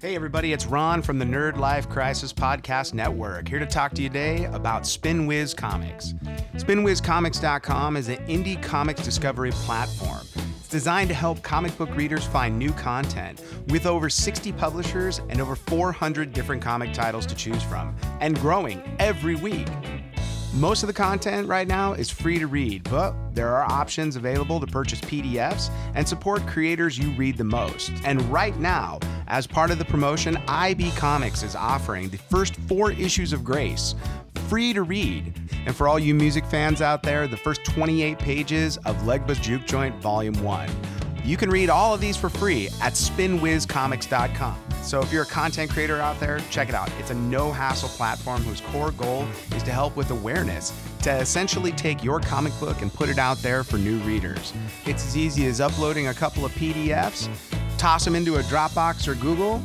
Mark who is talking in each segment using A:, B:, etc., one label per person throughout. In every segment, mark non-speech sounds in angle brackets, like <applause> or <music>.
A: Hey, everybody, it's Ron from the Nerd Life Crisis Podcast Network, here to talk to you today about SpinWiz Comics. SpinWizComics.com is an indie comics discovery platform. It's designed to help comic book readers find new content with over 60 publishers and over 400 different comic titles to choose from, and growing every week. Most of the content right now is free to read, but there are options available to purchase PDFs and support creators you read the most. And right now, as part of the promotion, IB Comics is offering the first four issues of Grace free to read. And for all you music fans out there, the first 28 pages of Legba's Juke Joint Volume 1. You can read all of these for free at spinwizcomics.com. So if you're a content creator out there, check it out. It's a no hassle platform whose core goal is to help with awareness, to essentially take your comic book and put it out there for new readers. It's as easy as uploading a couple of PDFs, toss them into a Dropbox or Google,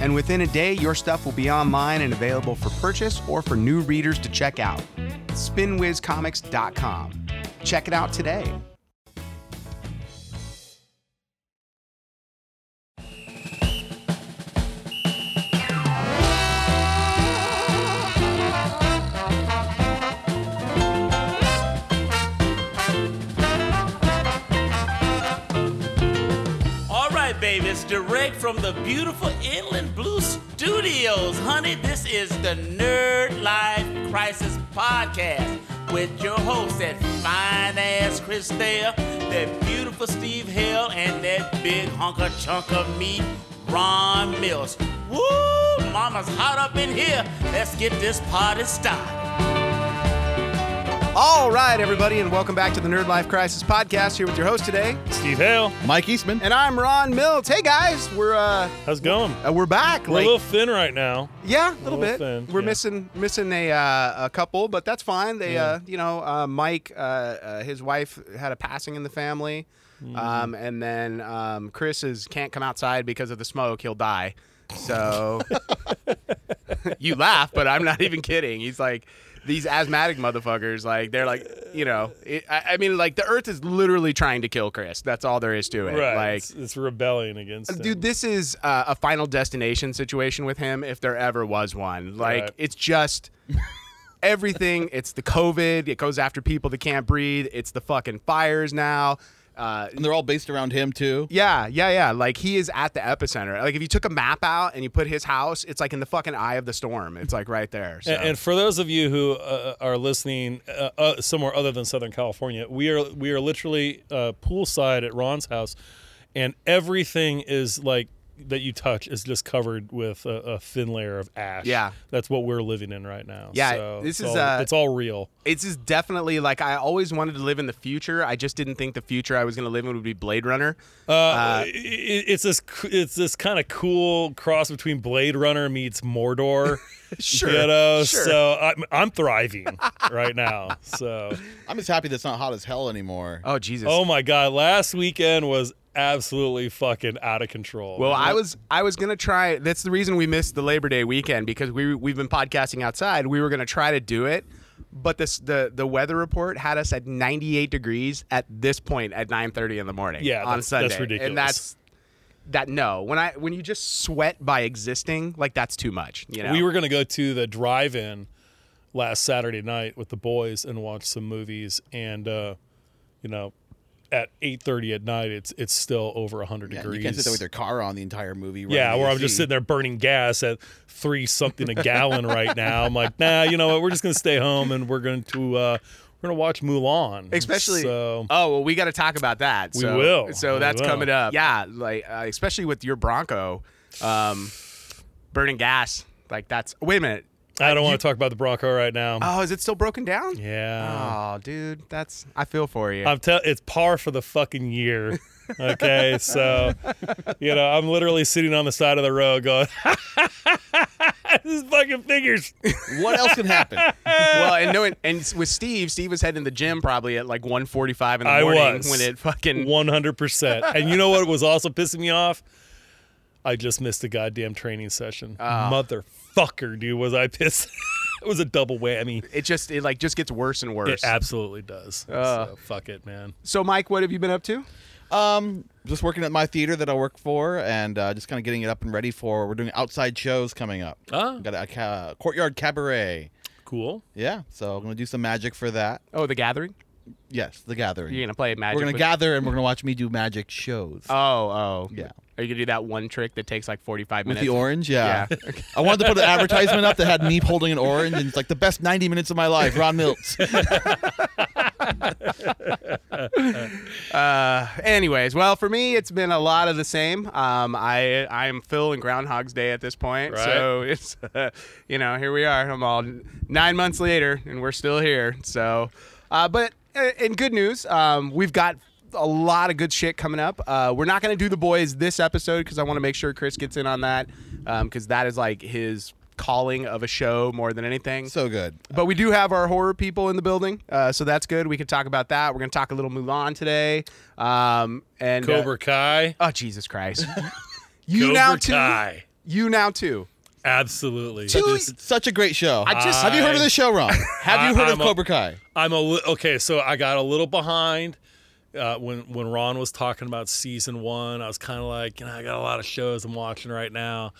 A: and within a day, your stuff will be online and available for purchase or for new readers to check out. SpinWizComics.com. Check it out today.
B: All right, baby, it's direct from the beautiful Inland Blue Studios. Honey, this is the Nerd Life Crisis Podcast with your hosts, that fine ass Chris Thayer, that beautiful Steve Hill, and that big hunker chunk of meat, Ron Mills. Woo! Mama's hot up in here. Let's get this party started.
A: All right, everybody, and welcome back to the Nerd Life Crisis Podcast. Here with your host today,
C: Steve Hale,
D: Mike Eastman.
A: and I'm Ron Mills. Hey guys, we're uh,
C: how's it going?
A: uh we're back.
C: We're a little thin right now.
A: yeah, a little,
C: little
A: bit.
C: thin,
A: we're
C: yeah.
A: missing missing a uh, a couple, but that's fine. They, uh, you know, uh, Mike, uh, uh, his wife had a passing in the family,
C: Mm-hmm.
A: um, and then um, Chris is can't come outside because of the smoke; he'll die. So <laughs> you laugh, but I'm not even kidding. He's like these asthmatic motherfuckers. Like they're like, you know, it, I, I mean, like the Earth is literally trying to kill Chris. That's all there is to it.
C: Right.
A: Like
C: it's, it's rebelling against him.
A: Dude, this is uh, a final destination situation with him, if there ever was one. Like,
C: Right.
A: it's just everything. It's the COVID. It goes after people that can't breathe. It's the fucking fires now. Uh,
D: And they're all based around him, too.
A: yeah, yeah, yeah. Like, he is at the epicenter. Like, if you took a map out and you put his house, it's like in the fucking eye of the storm. It's like right there. So.
C: And, and for those of you who uh, are listening uh, uh, somewhere other than Southern California, we are we are literally uh, poolside at Ron's house, and everything is like that you touch is just covered with a, a thin layer of ash.
A: Yeah.
C: that's what we're living in right now.
A: Yeah,
C: So
A: this
C: it's
A: is,
C: all,
A: uh,
C: it's all real.
A: It's just definitely like I always wanted to live in the future. I just didn't think the future I was going to live in would be Blade Runner.
C: Uh, i- i- it's this c- it's this kind of cool cross between Blade Runner meets
A: <laughs>
C: Mordor.
A: Sure.
C: you know
A: sure.
C: so I'm, I'm thriving right now
D: <laughs>
C: so
D: I'm just happy that's not hot as hell anymore.
A: oh, Jesus.
C: oh my god last weekend was absolutely fucking out of control
A: Well, I was I was gonna try. That's the reason we missed the Labor Day weekend because we we've been podcasting outside. We were gonna try to do it, but this the the weather report had us at 98 degrees at this point at 9:30 in the morning.
C: Yeah,
A: on
C: that's- that's
A: Sunday,
C: ridiculous.
A: And that's that. No, when I when you just sweat by existing, like that's too much. You know,
C: we were gonna go to the drive-in last saturday night with the boys and watch some movies and uh you know at 8.30 at night it's it's still over 100
D: Yeah,
C: degrees
D: you can't sit there with your car on the entire movie.
C: Yeah,
D: running
C: where I'm
D: AC.
C: just sitting there burning gas at three something a gallon right now. I'm like, nah, you know what? We're just gonna stay home and we're going to uh, we're gonna watch Mulan.
A: especially
C: so.
A: oh well we got to talk about that
C: We
A: so,
C: will.
A: so
C: We
A: that's
C: will.
A: coming up yeah like uh, especially with your bronco um burning gas like that's wait a minute
C: I don't want to talk about the Bronco right now.
A: oh is it still broken down
C: yeah,
A: oh dude that's i feel for you
C: I'm tell it's par for the fucking
A: <laughs>
C: year. Okay, so you know I'm literally sitting on the side of the road going, <laughs> "This fucking figures."
D: What else can happen?
A: <laughs>
C: <laughs>
A: well and knowing and with steve steve was heading to the gym probably at like 1.45 in the
C: I
A: morning
C: was.
A: when it fucking
C: One hundred
A: <laughs>
C: percent. And you know what was also pissing me off? I just missed a goddamn training session.
A: Ah.
C: Motherfucker, dude, was I pissed? <laughs> it was a double whammy.
A: it just it like just gets worse and worse Ah.
C: It absolutely does. so fuck it, man.
A: so mike what have you been up to
D: Um, just working at my theater that I work for, and uh, just kind of getting it up and ready for. We're doing outside shows coming up.
C: Ah.
D: Got a, ca- courtyard cabaret.
C: Cool.
D: Yeah, so I'm gonna do some magic for that.
A: Oh, the gathering.
D: Yes, the gathering.
A: You're gonna play magic.
D: we're gonna
A: with-
D: gather and we're gonna watch me do magic shows
A: Oh, oh.
D: Yeah.
A: Are you gonna do that one trick that takes like 45
D: with
A: minutes?
D: the orange. Yeah,
A: Yeah.
D: <laughs> I wanted to put an advertisement up that had me holding an orange, and it's like the best 90 minutes of my life. Ron
A: <laughs>
D: Miltz.
A: Uh, anyways, well, for me, it's been a lot of the same. Um, I I am Phil in Groundhog's Day at this point,
C: Right.
A: so <laughs> it's uh, you know here we are. I'm all nine months later, and we're still here. So, uh, but uh, in good news, um, we've got a lot of good shit coming up. Uh, we're not going to do the boys this episode because I want to make sure Chris gets in on that because that is like his calling of a show more than anything.
D: so good.
A: But we do have our horror people in the building, uh, so that's good. We could talk about that. We're going to talk a little Mulan today, um, and uh,
C: Cobra Kai.
A: oh Jesus
C: <laughs>
A: Christ! you
C: Cobra
A: now too.
C: Kai.
A: You now too.
C: Absolutely.
D: It's such a great show.
A: I just-
D: have you heard of this show, Ron? <laughs>
C: I-
D: Have you heard of
C: I'm a-
D: Cobra Kai?
C: I'm a li- okay. So I got a little behind uh, when when Ron was talking about season one. I was kind of like, you know, I got a lot of shows I'm watching right now.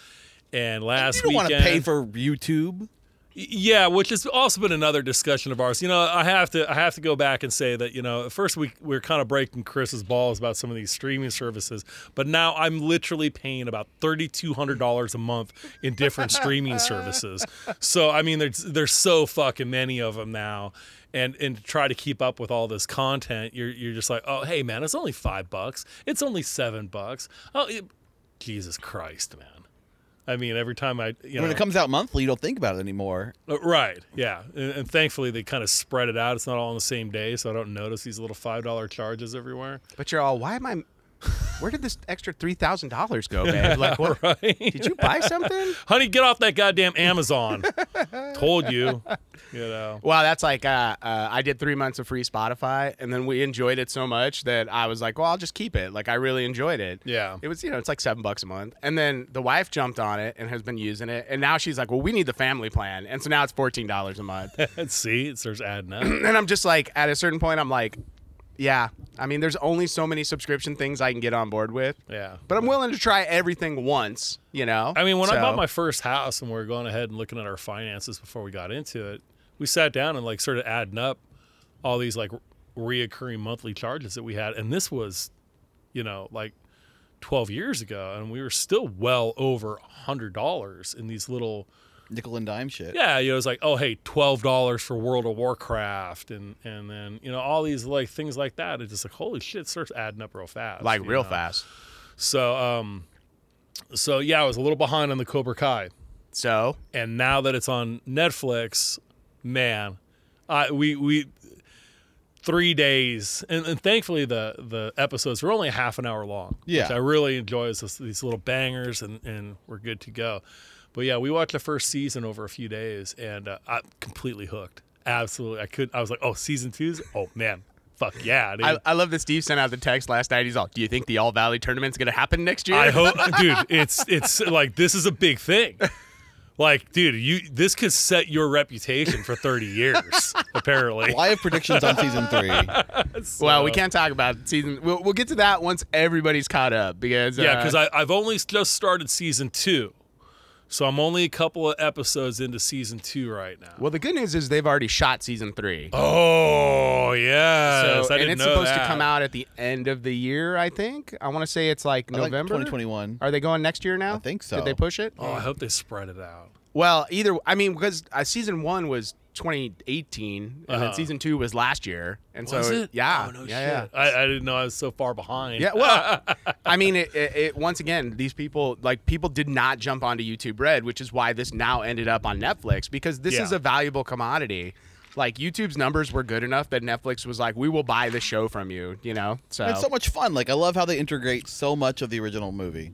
C: And last
D: You don't want
C: weekend,
D: to pay for YouTube.
C: yeah, which has also been another discussion of ours. You know, I have to I have to go back and say that you know, at first we we are kind of breaking Chris's balls about some of these streaming services, but now I'm literally paying about thirty two hundred dollars a month in different streaming services. So I mean, there's there's so fucking many of them now. And, and to try to keep up with all this content, you're, you're just like, oh, hey, man, it's only five bucks. It's only seven bucks. Oh, it, Jesus Christ, man. I mean, every time I, you know.
D: When it comes out monthly, you don't think about it anymore.
C: Uh, Right. Yeah. And, and thankfully, they kind of spread it out. It's not all on the same day, so I don't notice these little five dollar charges everywhere. <laughs>
A: But you're all, why am I? Where did this extra three thousand dollars go, man? Like,
C: <laughs>
A: what? Did you buy something?
C: Honey, get off that goddamn Amazon. Told you. You know. <laughs>
A: Well, that's like uh, uh, I did three months of free Spotify, and then we enjoyed it so much that I was like, "Well, I'll just keep it." Like I really enjoyed it.
C: Yeah.
A: it was you know it's like seven bucks a month, and then the wife jumped on it and has been using it, and now she's like, "Well, we need the family plan," and so now it's fourteen dollars a month,
C: And see, it starts adding up.
A: and I'm just like, at a certain point, I'm like, "Yeah, I mean, there's only so many subscription things I can get on board with."
C: Yeah.
A: But I'm willing to try everything once, you know.
C: I mean, when I
A: So-
C: bought my first house and we were going ahead and looking at our finances before we got into it, we sat down and like started adding up all these like reoccurring monthly charges that we had, and this was, you know, like twelve years ago, and we were still well over hundred dollars in these little.
D: Nickel and dime shit.
C: Yeah, you know, it's like, oh hey, twelve dollars for World of Warcraft, and and then you know all these like things like that. It's just like holy shit, it starts adding up real fast. <laughs>
A: like
C: you
A: real
C: know?
A: fast.
C: So um, so yeah, I was a little behind on the Cobra Kai,
A: So
C: and now that it's on Netflix, man, I we we three days, and, and thankfully the the episodes were only half an hour long.
D: Yeah.
C: which I really enjoy is this, these little bangers, and and we're good to go. But yeah, we watched the first season over a few days, and uh, I'm completely hooked. Absolutely, I could. I was like, oh, season two's. Oh man, fuck yeah, dude.
A: I, I love that Steve sent out the text last night. He's all, "Do you think the All Valley tournament's gonna happen next year?"
C: I hope, dude. It's it's like this is a big thing. Like, dude, you this could set your reputation for thirty years. Apparently,
D: Well, I have predictions on
C: <laughs>
D: season three.
A: Well, we can't talk about season. We'll, we'll get to that once everybody's caught up because
C: yeah,
A: uh,
C: because I've only s- just started season two, so I'm only a couple of episodes into season two right now.
A: well, the good news is they've already shot season three.
C: Oh
A: So-
C: yeah, I
A: and
C: didn't
A: it's
C: know
A: supposed
C: that.
A: to come out at the end of the year, I think. I want to say it's like
D: I like
A: November.
D: 2021.
A: Are they going next year now? I
D: think so.
A: Did they push it?
C: Oh, I hope they spread it out.
A: Well, either I mean, because uh, season one was 2018, and then season two was last year, and
C: Uh-huh. Was
A: so
C: it?
A: Yeah,
C: Oh, no
A: yeah,
C: shit.
A: yeah.
C: I, I didn't know I was so far behind.
A: Yeah, well, I mean, it, it, it once again, these people like people did not jump onto YouTube Red, which is why this now ended up on Netflix because this is
C: Yeah.
A: a valuable commodity. Like YouTube's numbers were good enough that Netflix was like, "We will buy the show from you," you know. So,
D: It's so much fun. Like I love how they integrate so much of the original movie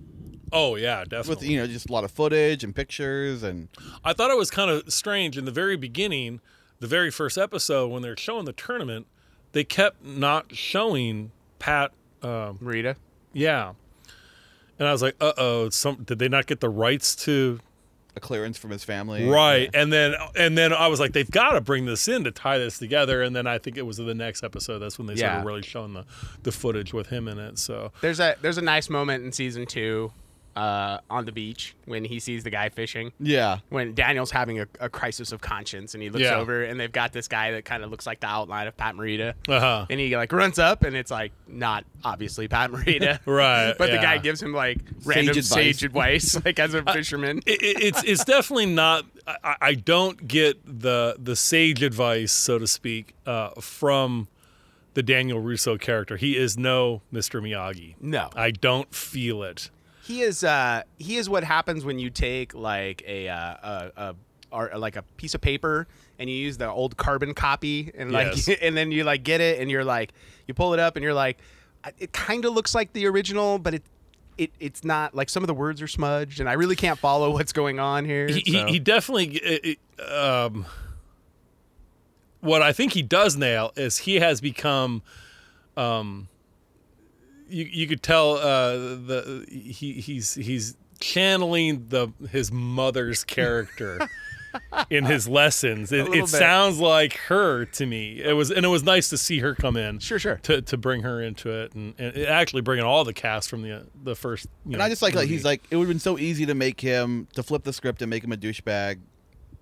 C: Oh yeah, definitely.
D: with you know just a lot of footage and pictures and
C: I thought it was kind of strange in the very beginning, the very first episode when they're showing the tournament, they kept not showing Pat. Um,
A: Rita,
C: yeah, and I was like, uh oh, some did they not get the rights to
D: a clearance from his family.
C: Right. And then and then I was like, they've got to bring this in to tie this together. And then I think it was in the next episode. That's when they
E: Yeah.
C: started really showing the, the footage with him in it. So
A: There's a there's a nice moment in season two, uh, on the beach when he sees the guy fishing.
D: Yeah.
A: When Daniel's having a, a crisis of conscience and he looks
C: Yeah.
A: over and they've got this guy that kind of looks like the outline of Pat Morita.
C: uh-huh.
A: And he like runs up and it's like not obviously Pat Morita.
C: <laughs> Right,
A: <laughs> But the
C: yeah. Uh,
A: guy gives him like random
D: advice.
A: sage advice, <laughs> like as a fisherman.
C: It, it- it's it's definitely not. I- I, I don't get the the sage advice, so to speak, uh, from the Daniel Russo character. He is no Mr. Miyagi.
E: No.
C: I don't feel it.
A: He is uh he is what happens when you take like a uh, a, a or like a piece of paper and you use the old carbon copy and like
C: Yes.
A: <laughs> and then you like get it and you're like you pull it up and you're like "I- it kind of looks like the original but it it it's not like some of the words are smudged and I really can't follow what's going on here.
C: He,
A: so.
C: he, he definitely. it- it, um, what I think he does now is he has become. Um, you you could tell uh, the he he's he's channeling the his mother's
D: <laughs>
C: character. In his lessons, it,
A: little
C: it
A: bit.
C: sounds like her to me. It was, and it was nice to see her come in.
A: Sure, sure.
C: To, to bring her into it, and, and actually bringing all the cast from the the first. You
D: And I just like, like he's like it would have been so easy to make him to flip the script and make him a douchebag,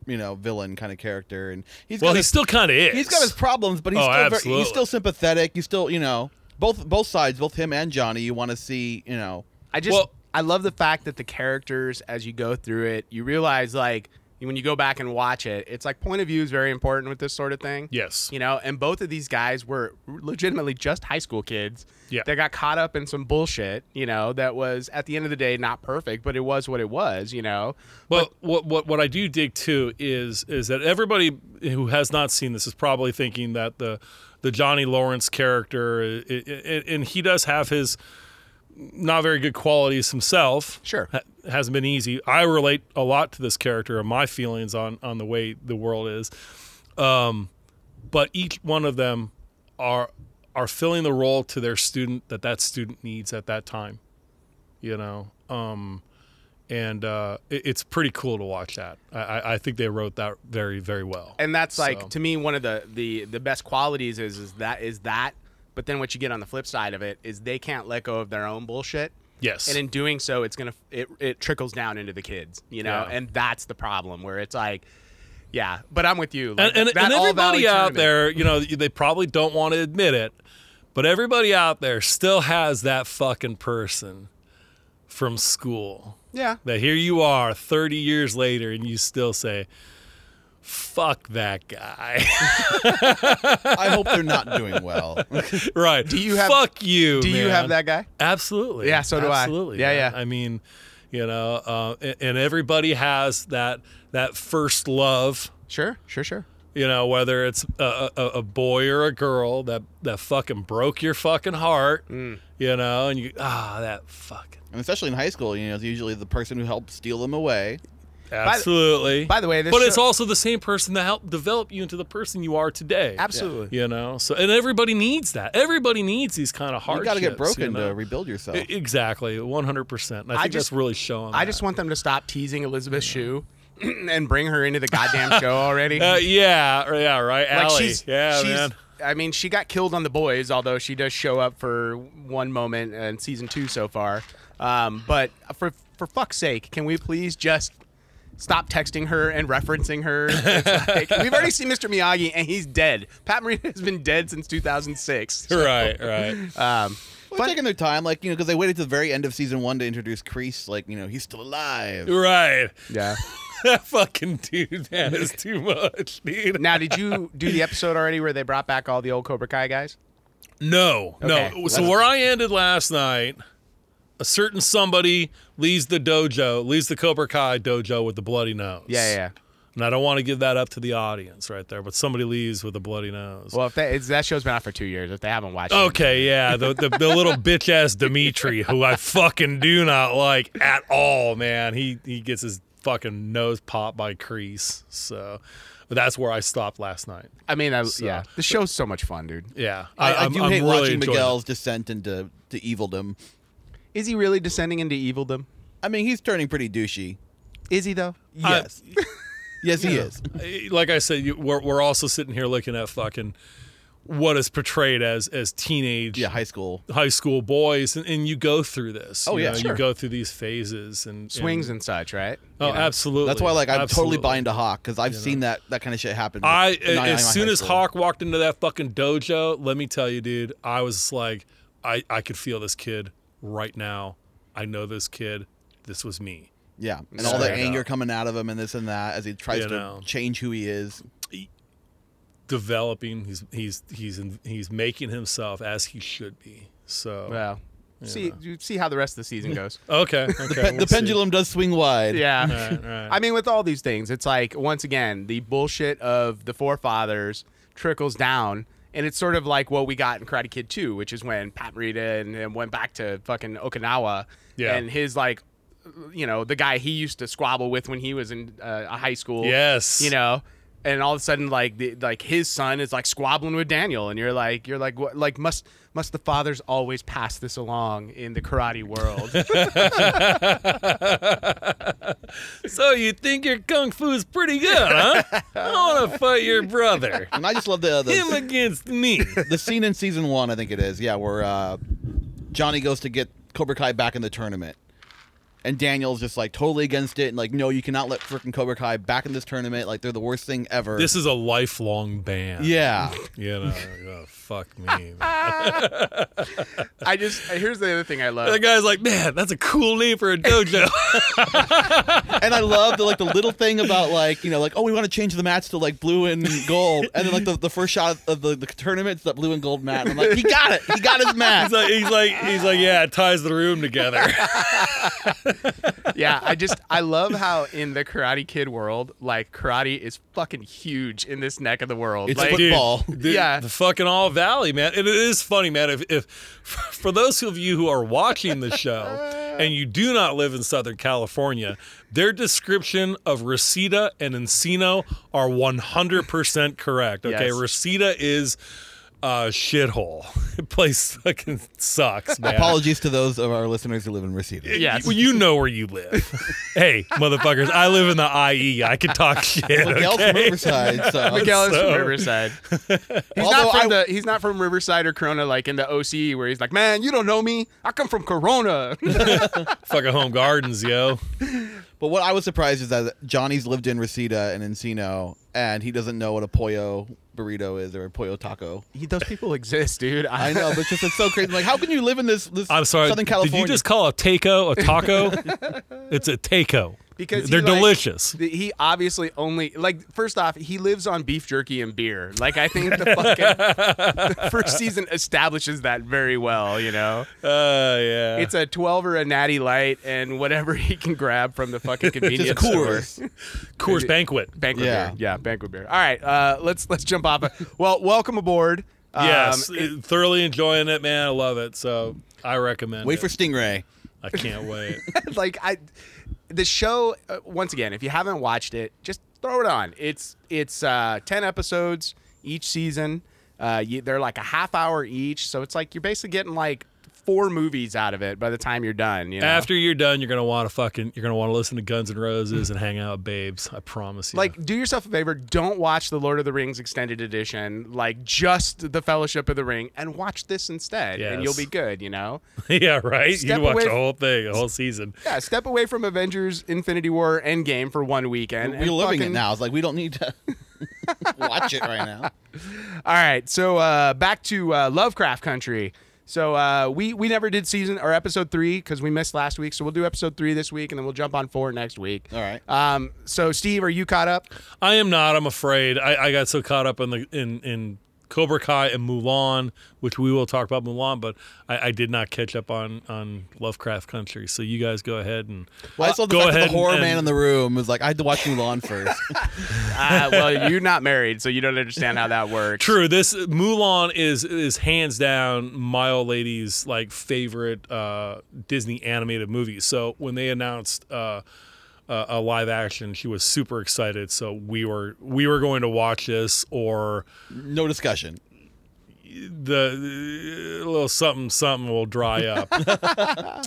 D: you know, villain kind of character. And he's
C: well,
D: got
C: he
D: his-
C: still kind of is.
D: he's got his problems, but he's
C: Oh,
D: still very,
C: absolutely.
D: he's still sympathetic. You still you know both both sides, both him and Johnny. You want to see you know
A: I just
C: Well-
A: I love the fact that the characters as you go through it, you realize like when you go back and watch it, it's like point of view is very important with this sort of thing.
C: Yes.
A: You know, and both of these guys were legitimately just high school kids.
C: Yeah.
A: That got caught up in some bullshit, you know, that was at the end of the day not perfect, but it was what it was, you know.
C: But what what what I do dig too is is that everybody who has not seen this is probably thinking that the the Johnny Lawrence character i- i- i- and he does have his not very good qualities himself.
A: Sure.
C: Ha- hasn't been easy. I relate a lot to this character and my feelings on on the way the world is. Um, but each one of them are are filling the role to their student that that student needs at that time. You know. Um, and uh, it, it's pretty cool to watch that. I- I, I think they wrote that very, very well.
A: and that's like
C: So-
A: to me one of the the the best qualities is is that is that but then what you get on the flip side of it is they can't let go of their own bullshit
C: Yes.
A: and in doing so it's gonna it, it trickles down into the kids you know
C: Yeah.
A: and that's the problem where it's like yeah but i'm with you like,
C: and, and,
A: that
C: and
A: All Valley
C: everybody out
A: tournament-
C: there, you know, they probably don't want to admit it, but everybody out there still has that fucking person from school
A: yeah
C: that here you are 30 years later and you still say, fuck that guy. <laughs>
D: I hope they're not doing well. <laughs>
C: right.
A: Do you have-
C: fuck you.
A: do you have
C: Oh, man.
A: that guy
C: Absolutely.
A: Yeah, so do I.
C: Absolutely,
A: Yeah,
C: man.
A: yeah.
C: I mean, you know, uh, and, and everybody has that that first love.
A: sure sure sure
C: You know, whether it's a, a, a boy or a girl that that fucking broke your fucking heart.
A: Mm.
C: You know, and you ah that fucking
D: and especially in high school, you know, it's usually the person who helped steal them away.
C: absolutely.
A: by the way, this
C: but it's
A: show-
C: also the same person that helped develop you into the person you are today.
A: Absolutely.
C: You know, so and everybody needs that. Everybody needs these kind of
D: you
C: hardships.
D: got to get broken
C: you know?
D: to rebuild yourself.
C: E- Exactly, one hundred percent. I think
A: just-
C: that's really showing.
A: i
C: that.
A: just want them to stop teasing elizabeth shue <clears throat> and bring her into the
C: <laughs>
A: goddamn show already
C: Uh, yeah, r- yeah, right.
A: like
C: Allie.
A: she's
C: yeah,
A: she's
C: man.
A: I mean, she got killed on the boys, although she does show up for one moment in season two so far. Um, but for for fuck's sake, can we please just stop texting her and referencing her? It's like- we've already seen Mr. Miyagi, and he's dead. Pat Morita has been dead since
C: <laughs>
A: 2006.
C: Right,
A: <laughs>
C: right.
A: Um,
D: Well, they're taking their time, like you know, because they waited to the very end of season one to introduce Crease. Like you know, he's still alive.
C: Right.
A: yeah.
C: That fucking dude, that is too much, dude.
A: Now, did you do the episode already where they brought back all the old Cobra Kai guys?
C: No,
A: Okay.
C: no. So where I ended last night, a certain somebody leaves the dojo, leaves the Cobra Kai dojo with the bloody nose.
A: Yeah, yeah. yeah.
C: And I don't want to give that up to the audience right there, but somebody leaves with a bloody nose.
A: Well, if they, it's, that show's been out for two years. If they haven't watched it,
C: Okay, yeah, the the, the little bitch ass Dimitri, who I fucking do not like at all, man. He he gets his fucking nose popped by Crease, so but that's where I stopped last night.
A: I mean, I, yeah, the show's so much fun, dude.
C: Yeah,
D: I, I
C: I'm-
D: do
C: I'm
D: hate
C: really
D: watching
C: enjoying it.
D: Miguel's descent into to evildom.
A: Is he really descending into evildom?
D: I mean, he's turning pretty douchey.
A: Is he though?
C: <laughs>
D: Yes. yes, he is.
C: Eh, like I said, you, we're, we're also sitting here looking at fucking what is portrayed as as teenage
D: Yeah, high school.
C: high school boys, and, and you go through this.
D: Oh,
C: you
D: yeah,
C: know,
D: sure.
C: you go through these phases and
A: Swings
C: And,
A: and such, right?
C: oh, absolutely.
D: That's why, like, I'm
C: absolutely.
D: totally buying to Hawk because I've seen that that kind of shit happen.
C: I
D: when was in
C: as soon
D: high
C: as
D: school.
C: Hawk walked into that fucking dojo, let me tell you, dude, I was like, I I could feel this kid right now. I know this kid. This was me.
D: yeah, and all the
C: Straight
D: anger
C: up.
D: coming out of him and this and that as he tries
C: You
D: to
C: know.
D: change who he is.
C: Developing. He's he's he's in, he's making himself as he should be. So
A: Well, see you see how the rest of the season goes.
C: okay, okay.
D: The, pe-
C: we'll
D: the
C: see.
D: pendulum does swing wide.
A: yeah. <laughs>
C: All right, all right.
A: I mean, with all these things, it's like once again the bullshit of the forefathers trickles down, and it's sort of like what we got in Karate Kid Two, which is when Pat Morita and, and went back to fucking Okinawa,
C: Yeah.
A: and his like, you know, the guy he used to squabble with when he was in uh, high school,
C: Yes.
A: you know. And all of a sudden, like the, like his son is like squabbling with Daniel, and you're like you're like what like must must the fathers always pass this along in the karate
C: <laughs>
A: world?
C: So you think your kung fu is pretty good, huh? I want to fight your
D: <laughs>
C: brother.
D: And I just love the the,
C: Him against me.
D: the scene in season one, I think it is. Yeah, where uh, Johnny goes to get Cobra Kai back in the tournament, and Daniel's just like totally against it, and like, no, you cannot let freaking Cobra Kai back in this tournament. Like, they're the worst thing ever.
C: This is a lifelong ban.
D: yeah,
C: You know, oh, fuck me. man.
A: I just here's the other thing I love.
C: the guy's like, man, that's a cool name for
A: <laughs>
C: a dojo.
D: and I love the like the little thing about like you know like oh we want to change the mats to like blue and gold, and then like the, the first shot of the, the tournament's that blue and gold mat, and I'm like he got it, he got his mat.
C: he's like, he's like, he's like, yeah, it ties the room together.
A: <laughs> yeah, I just I love how in the Karate Kid world, like karate is fucking huge in this neck of the world.
D: It's
A: like,
D: foot- Football.
C: Dude, dude,
A: Yeah.
C: the fucking All Valley, man. And it is funny, man. If, if for those of you who are watching the
A: <laughs>
C: show and you do not live in Southern California, their description of Reseda and Encino are 100% correct. Okay,
A: Yes.
C: Reseda is a shithole. <laughs> Place fucking
A: <laughs>
C: sucks, man.
D: Apologies to those of our listeners who live in Reseda.
A: Yes.
C: Well, you know where you live. <laughs> hey, motherfuckers, I live in the IE. I can talk shit.
D: Miguel's
C: okay?
D: from Riverside, so
A: Miguel is
C: So-
A: from Riverside. He's
D: Although
A: not from
D: I-
A: the he's not from Riverside or Corona like in the OC where he's like, Man, you don't know me. I come from Corona.
C: Fucking home gardens, yo.
D: But what I was surprised is that Johnny's lived in Reseda and Encino, and he doesn't know what a pollo burrito is or a pollo taco.
A: <laughs> He- Those people exist, dude. I,
D: I know, but it's just it's so crazy. Like, how can you live in this? this
C: I'm sorry.
D: Southern California.
C: Did you just call a taco a taco?
A: <laughs>
C: it's a taco.
A: because he,
C: they're
A: like-
C: delicious.
A: th- He obviously only like first off, he lives on beef jerky and beer. Like I think the fucking
C: <laughs>
A: <laughs> the first season establishes that very well, you know.
C: Uh, yeah.
A: It's a 12 or a natty light and whatever <laughs> he can grab from the fucking
D: <laughs>
A: convenience
D: Just
A: store.
D: Coors.
C: Coors Banquet.
A: Banquet
D: Yeah.
A: beer. Yeah, banquet beer. All right, uh, let's let's jump off. Well, welcome aboard. Um,
C: yes,
A: it-
C: thoroughly enjoying it, man. I love it. So I recommend.
D: Wait
C: it.
D: for Stingray.
C: I can't
A: <laughs>
C: wait.
A: <laughs> like I the show uh, once again, if you haven't watched it, just throw it on. It's it's uh, 10 episodes each season. Uh, you, they're like a half hour each, so it's like you're basically getting like four movies out of it by the time you're done, you know.
C: After you're done, you're gonna want to fucking. You're gonna want to listen to Guns N' Roses and hang out, with babes. I promise you.
A: Like, do yourself a favor. Don't watch the Lord of the Rings extended edition. Like, just the Fellowship of the Ring, and watch this instead, and
C: Yes.
A: you'll be good. You know.
C: <laughs> yeah, right. You
A: Step
C: watch
A: away
C: the
A: f-
C: whole thing, the whole season.
A: Yeah. Step away from Avengers: Infinity War, Endgame for one weekend.
D: We're
A: and
D: living it
A: fucking-
D: now. It's like we don't need to <laughs> watch it right now.
A: All right. So uh, back to uh, Lovecraft Country. So uh, we we never did season or episode three because we missed last week. So we'll do episode three this week, and then we'll jump on four next week.
D: All right.
A: Um. So Steve, are you caught up?
C: I am not. I'm afraid. I, I got so caught up in the in in Cobra Kai and Mulan, which we will talk about Mulan, but I, I did not catch up on on Lovecraft Country. So you guys go ahead and
D: Well, I just love the
C: go
D: fact that
C: ahead.
D: the horror
C: and,
D: man in the room was like, I had to watch Mulan first. <laughs>
A: Uh, well, you're not married, so you don't understand how that works.
C: True. This Mulan is is hands down my old lady's like favorite uh, Disney animated movie. So when they announced uh, uh, a live action, she was super excited. So we were we were going to watch this or
D: no discussion.
C: the a little something something will dry
A: <laughs>
C: up.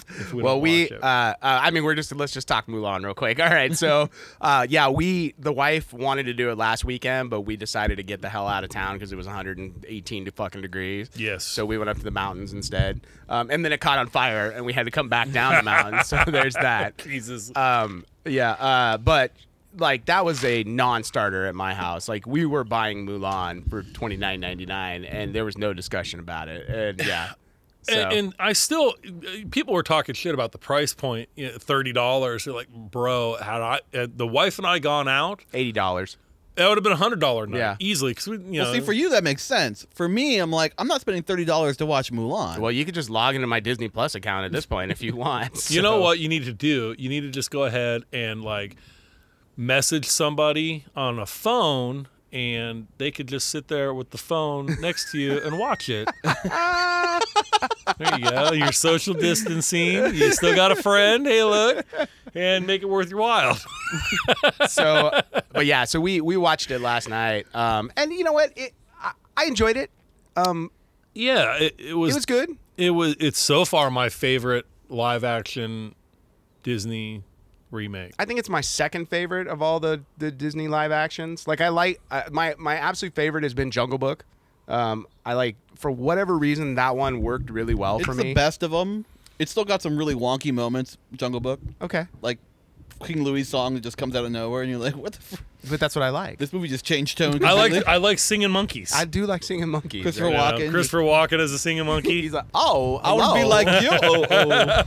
C: if we
A: well
C: don't
A: we
C: watch
A: uh,
C: it.
A: uh, i mean we're just let's just talk mulan real quick <laughs> all right
C: <laughs>
A: so uh, yeah we the wife wanted to do it last weekend but we decided to get the hell out of town because it was 118 to fucking degrees
C: Yes.
A: so we went up to the mountains instead um, and then it caught on fire and we had to come back down the mountain
C: <laughs>
A: so there's that
C: Jesus.
A: um, yeah uh, but like that was a non-starter at my house. Like we were buying Mulan for twenty nine ninety nine, and there was no discussion about it. And yeah, so.
C: <laughs> And, and I still, uh, people were talking shit about the price point, you know, thirty dollars. They're like, bro, had I, had the wife and I gone out,
A: eighty dollars.
C: that would have been a hundred dollar night
A: Yeah.
C: easily. Because we, you
D: Well,
C: know,
D: see, for you that makes sense. For me, I'm like, I'm not spending thirty dollars to watch Mulan.
A: Well, you could just log into my Disney Plus account at this point if
D: <laughs>
A: you want.
C: You know
A: so-
C: what you need to do? You need to just go ahead and like message somebody on a phone and they could just sit there with the phone next to you and watch it. there you go. You're social distancing. You still got a friend. Hey, look. And make it worth your while.
A: So, but yeah, so we we watched it last night, um, and you know what? It, I, I enjoyed it. Um,
C: yeah, it, it
A: it
C: was
A: was good.
C: It was it's so far my favorite live action Disney remake.
A: I think it's my second favorite of all the the Disney live actions. Like I like uh, my my absolute favorite has been Jungle Book. Um, I like for whatever reason that one worked really well
D: it's
A: for
D: the
A: me.
D: best of them. It's still got some really wonky moments. Jungle Book,
A: Okay,
D: like King Louis song that just comes out of nowhere, and you're like, what the? Fr-
A: but that's what I like.
D: this movie just changed tone.
C: I
D: completely."
C: like I like singing monkeys.
A: I do like singing monkeys.
D: Christopher
C: You know,
D: Walken.
C: Christopher Walken as a singing
A: <laughs>
C: monkey.
A: He's like, oh,
D: I want to be
A: hello.
D: like you. <laughs>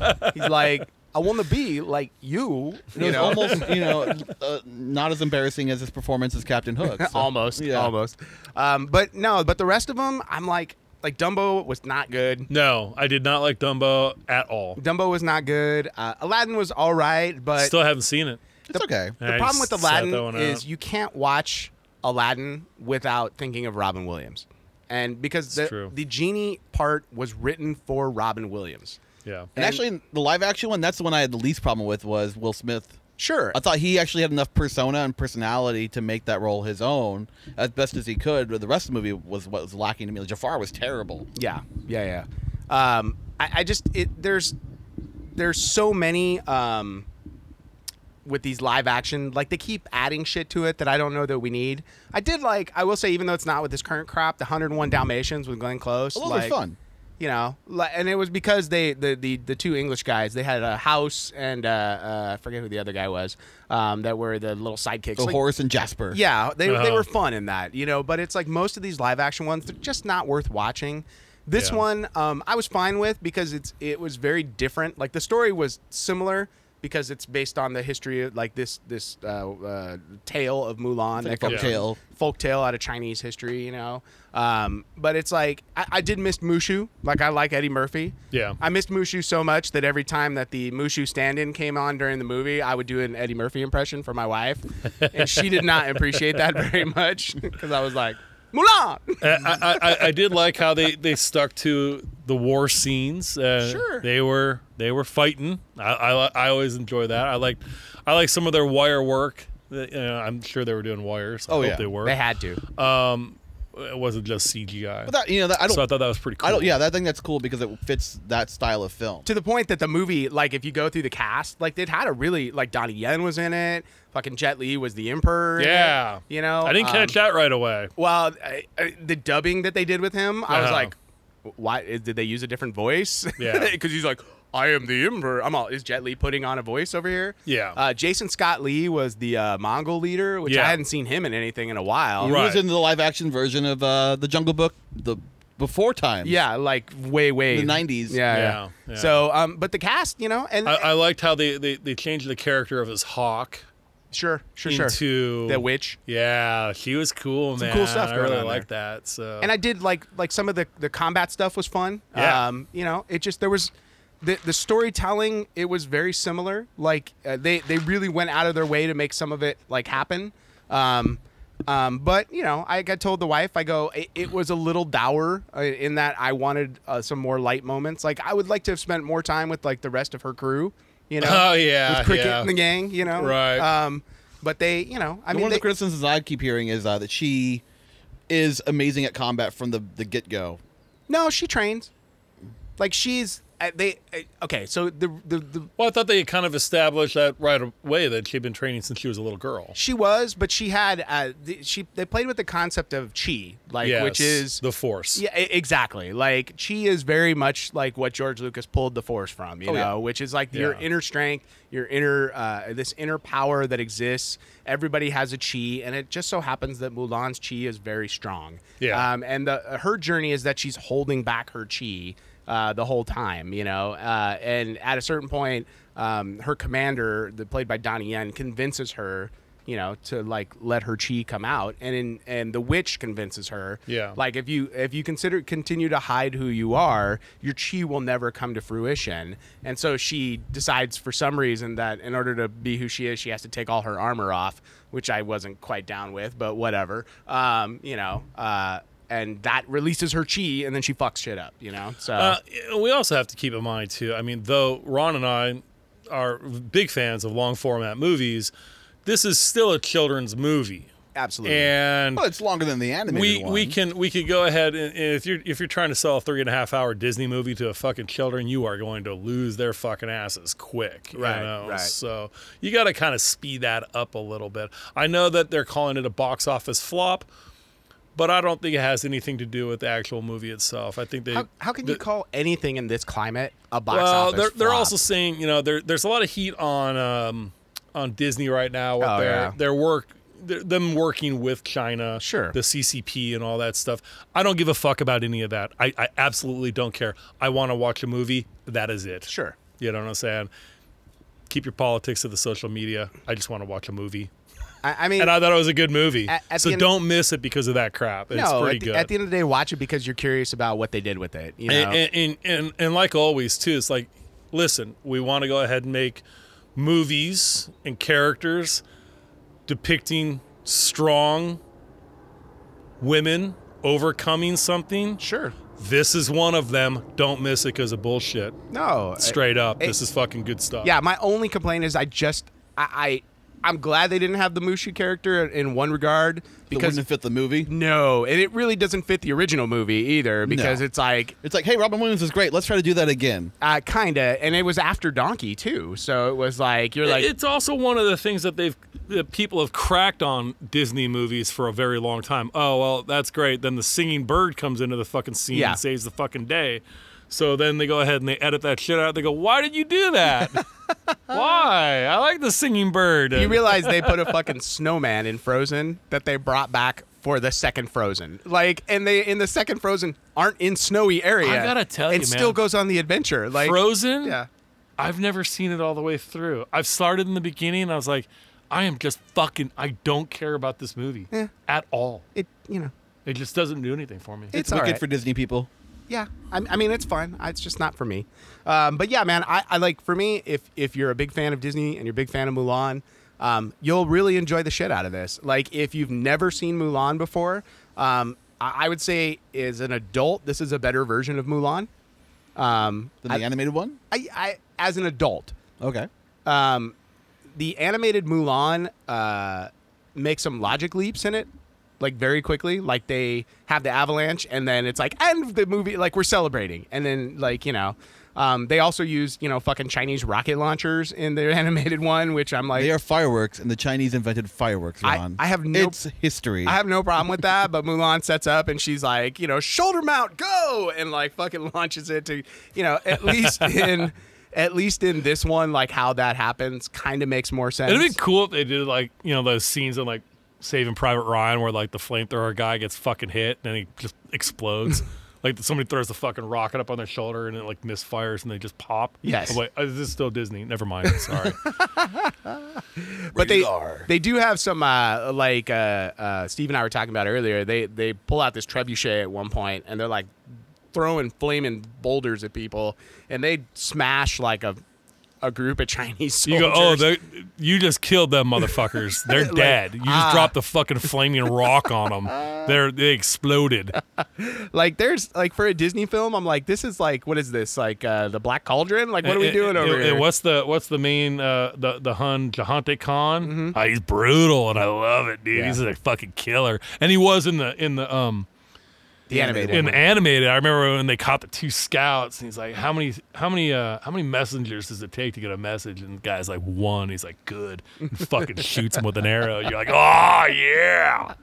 D: Oh, oh.
A: He's like, I want to be like you.
D: It
A: You
D: was
A: know,
D: <laughs> almost, you know, uh, not as embarrassing as his performance as Captain Hook. so-
A: almost,
D: Yeah.
A: almost. Um, but no, but the rest of them, I'm like, like Dumbo was not good.
C: No, I did not like Dumbo at all.
A: Dumbo was not good. Uh, Aladdin was all right, but
C: Still haven't seen it.
D: It's okay.
A: the
C: I
A: problem with
C: sat that
A: Aladdin
C: one
A: is
C: out.
A: you can't watch Aladdin without thinking of Robin Williams, and because the,
C: true.
A: the genie part was written for Robin Williams.
C: Yeah.
D: And actually, the live action one, that's the one I had the least problem with was Will Smith.
A: Sure,
D: I thought he actually had enough persona and personality to make that role his own as best as he could, but the rest of the movie was what was lacking to me. Like, Jafar was terrible.
A: Yeah, yeah, yeah. Um, I, I just it there's there's so many um, with these live action like they keep adding shit to it that I don't know that we need. I did like I will say even though it's not with this current crop, the 101 Dalmatians with Glenn Close,
D: Well, those were
A: like,
D: fun.
A: You know, like, and it was because they the, the the two English guys they had a house and uh, uh, I forget who the other guy was um, that were the little sidekicks.
D: So
A: Like,
D: Horace and Jasper.
A: yeah, they, they
C: Uh-huh.
A: were fun in that, you know. But it's like most of these live action ones, they're just not worth watching. This
C: Yeah.
A: one, um, I was fine with because it's it was very different. Like the story was similar because it's based on the history of like this this uh, uh, tale of Mulan,
D: Like
A: that
D: folk
C: Yeah.
D: tale.
A: folk tale out of Chinese history, you know. Um, but it's like I, I did miss Mushu. Like I like Eddie Murphy.
C: Yeah.
A: I missed Mushu so much that every time that the Mushu stand-in came on during the movie, I would do an Eddie Murphy impression for my wife, and she did not appreciate that very <laughs> much because I was like Mulan.
C: I, I, I, I did like how they, they stuck to the war scenes. Uh,
A: Sure.
C: They were they were fighting. I, I, li- I always enjoy that. I like I like some of their wire work. That, you know, I'm sure they were doing wires. I
D: Oh,
C: hope
D: yeah.
C: they were.
A: They had to.
C: Uh, it wasn't just CGI.
D: But that, you know, that, I don't,
C: so I thought that was pretty cool.
D: I don't, yeah, that thing that's cool because it fits that style of film.
A: to the point that the movie, like, if you go through the cast, like, it had a really like Donnie Yen was in it. Fucking Jet Li was the emperor. in it,
C: Yeah.
A: you know.
C: I didn't
A: um,
C: catch that
A: <laughs>
C: right away.
A: Well, I, I, the dubbing that they did with him, I was
C: Uh-huh.
A: like, why is- did they use a different voice? <laughs>
C: Yeah.
A: because he's like, I am the emperor. I'm all. Is Jet Li putting on a voice over here?
C: Yeah.
A: Uh, Jason Scott Lee was the uh, Mongol leader, which
C: Yeah.
A: I hadn't seen him in anything in a while.
D: He was
C: Right.
D: in the live action version of uh, The Jungle Book the before time.
A: Yeah, like way, way
D: The 90s.
A: Yeah, yeah.
C: Yeah, yeah.
A: So, um, but the cast, you know, and
C: I, I liked how they, they, they changed the character of his hawk
A: sure, sure, sure.
C: into
A: the witch.
C: Yeah, she was cool, man.
A: cool stuff
C: I
A: going
C: really
A: on
C: like that. So
A: and I did like like some of the the combat stuff was fun.
C: Yeah.
A: Um, you know, it just there was the the storytelling. It was very similar. Like uh, they they really went out of their way to make some of it like happen. Um, um, but you know, I got told the wife, I go, it, it was a little dour uh, in that I wanted uh, some more light moments. Like I would like to have spent more time with like the rest of her crew. You know,
C: <laughs> Oh, yeah,
A: with cricket
C: yeah.
A: and the gang. You know,
C: Right.
A: Um, but they, you know, I
D: And
A: mean,
D: one of
A: they,
D: the criticisms I keep hearing is uh, that she is amazing at combat from the, the get go.
A: No, she trains. Like she's uh, they uh, okay. So the the, the
C: Well, I thought they had kind of established that right away that she'd been training since she was a little girl.
A: she was, but she had uh, the, she they played with the concept of chi, like
C: Yes,
A: which is
C: the force.
A: Yeah, e- exactly. Like chi is very much like what George Lucas pulled the Force from, you know, which is like your
C: Oh, Yeah.
A: inner strength, your inner uh, this inner power that exists. Everybody has a chi, and it just so happens that Mulan's chi is very strong.
C: Yeah.
A: Um, and the, her journey is that she's holding back her chi uh, the whole time, you know. Uh, and at a certain point, um, her commander, the, played by Donnie Yen, convinces her. You know, to like let her chi come out, and in, and the witch convinces her,
C: Yeah.
A: like if you if you consider continue to hide who you are, your chi will never come to fruition. And so she decides for some reason that in order to be who she is, she has to take all her armor off, which I wasn't quite down with, but whatever. Um, you know, uh, and that releases her chi, and then she fucks shit up. You know, so
C: Uh, we also have to keep in mind too. I mean, though Ron and I are big fans of long format movies, this is still a children's movie,
A: absolutely.
C: and
D: Well, it's longer than the animated
C: we
D: one.
C: we can we could go ahead and and if you're if you're trying to sell a three and a half hour Disney movie to a fucking children, you are going to lose their fucking asses quick. you
A: Right,
C: know?
A: right.
C: So you got to kind of speed that up a little bit. I know that they're calling it a box office flop. But I don't think it has anything to do with the actual movie itself. I think they
A: how, how can you
C: the-
A: call anything in this climate a box
C: well,
A: office?
C: they're they're
A: flop?
C: also saying you know there there's a lot of heat on um on Disney right now with
A: Oh,
C: their
A: yeah.
C: their work their, them working with China,
A: Sure.
C: the CCP and all that stuff. I don't give a fuck about any of that. I, I absolutely don't care. I want to watch a movie. That is it.
A: sure.
C: You know what I'm saying? Keep your politics to the social media. I just want to watch a movie.
A: I, I mean,
C: And I thought it was a good movie.
A: At- at
C: so
A: the end-
C: don't miss it because of that crap. It's
A: no.
C: pretty
A: At the,
C: good.
A: at the end of the day, watch it because you're curious about what they did with it. You know,
C: and, and, and and like always too it's like listen we want to go ahead and make movies and characters depicting strong women overcoming something
A: sure.
C: this is one of them don't miss it because of bullshit
A: No, I-
C: straight up
A: it-
C: this is fucking good stuff
A: Yeah, my only complaint is I just I, I I'm glad they didn't have the Mushu character in one regard
D: because
A: because
D: it wouldn't fit the movie.
A: no, and it really doesn't fit the original movie either because
D: No.
A: it's like
D: It's like, hey, Robin Williams is great. Let's try to do that again.
A: uh, kinda, and it was after Donkey too, so it was like you're like
C: it's also one of the things that they've that people have cracked on Disney movies for a very long time. Oh well, that's great. Then the singing bird comes into the fucking scene
A: Yeah.
C: and saves the fucking day. So then they go ahead and they edit that shit out. They go, "Why did you
A: <laughs>
C: do that? Why? I like the singing bird."
A: you
C: And-
A: realize they put a fucking <laughs> snowman in Frozen that they brought back for the second Frozen, like, and they in the second Frozen aren't in snowy area.
C: I gotta tell
A: and
C: you,
A: still
C: man.
A: goes on the adventure, like
C: Frozen?
A: Yeah.
C: I've never seen it all the way through. I've started in the beginning and I was like, "I am just fucking. I don't care about this movie at all.
A: It you know
C: It just doesn't do anything for me."
A: it's,
D: It's
A: all
D: wicked
A: right.
D: for Disney people.
A: yeah I, I mean it's fine I- it's just not for me um, but yeah man I, I like for me if if you're a big fan of disney and you're a big fan of mulan um, you'll really enjoy the shit out of this like if you've never seen mulan before um, I, I would say as an adult this is a better version of mulan um,
D: Than the animated one?
A: I, I as an adult
D: Okay.
A: um, the animated Mulan uh, makes some logic leaps in it, like very quickly. Like they have the avalanche, and then it's like, and the movie, like we're celebrating, and then like you know, um, they also use you know fucking Chinese rocket launchers in their <laughs> animated one, which I'm like,
D: They are fireworks, and the Chinese invented fireworks,
A: I-
D: Ron.
A: I have no-
D: It's history.
A: I have no problem with that, but Mulan sets up and she's like, you know, shoulder mount, go, and like fucking launches it to, you know, at least in, at least in this one, like how that happens, kind of makes more sense.
C: It'd be cool if they did like you know those scenes in like Saving Private Ryan where like the flamethrower guy gets fucking hit and then he just
A: <laughs>
C: explodes. like somebody throws the fucking rocket up on their shoulder and it like misfires and they just pop.
A: Yes.
C: Wait, oh, this is still Disney. Never mind.
A: <laughs>
C: Sorry.
A: but they they do have some uh, like uh, uh, Steve and I were talking about earlier. They they pull out this trebuchet at one point, and they're like throwing flaming boulders at people, and they smash like a a group of <laughs> Chinese
C: you
A: soldiers.
C: go. Oh, they, you just killed them motherfuckers.
A: <laughs>
C: They're dead. You just
A: ah.
C: dropped the fucking flaming rock
A: <laughs>
C: on them. They're they exploded.
A: like there's like for a Disney film, I'm like, this is like what is this like uh, the Black Cauldron? Like what are we
C: And-
A: doing
C: and-
A: over
C: and
A: here?
C: what's the what's the main uh, the the Hun Jahante Khan?
A: Mm-hmm.
C: Ah, he's brutal, and I love it, dude. He's a fucking killer, and he was in the in the um
A: The animated.
C: in the animated, I remember when they caught the two scouts, and he's like, "How many, how many, uh, how many messengers does it take to get a message?" And the guy's like, "One." He's like, "Good."
A: <laughs>
C: And fucking shoots him with an arrow. You're like, "Oh yeah!"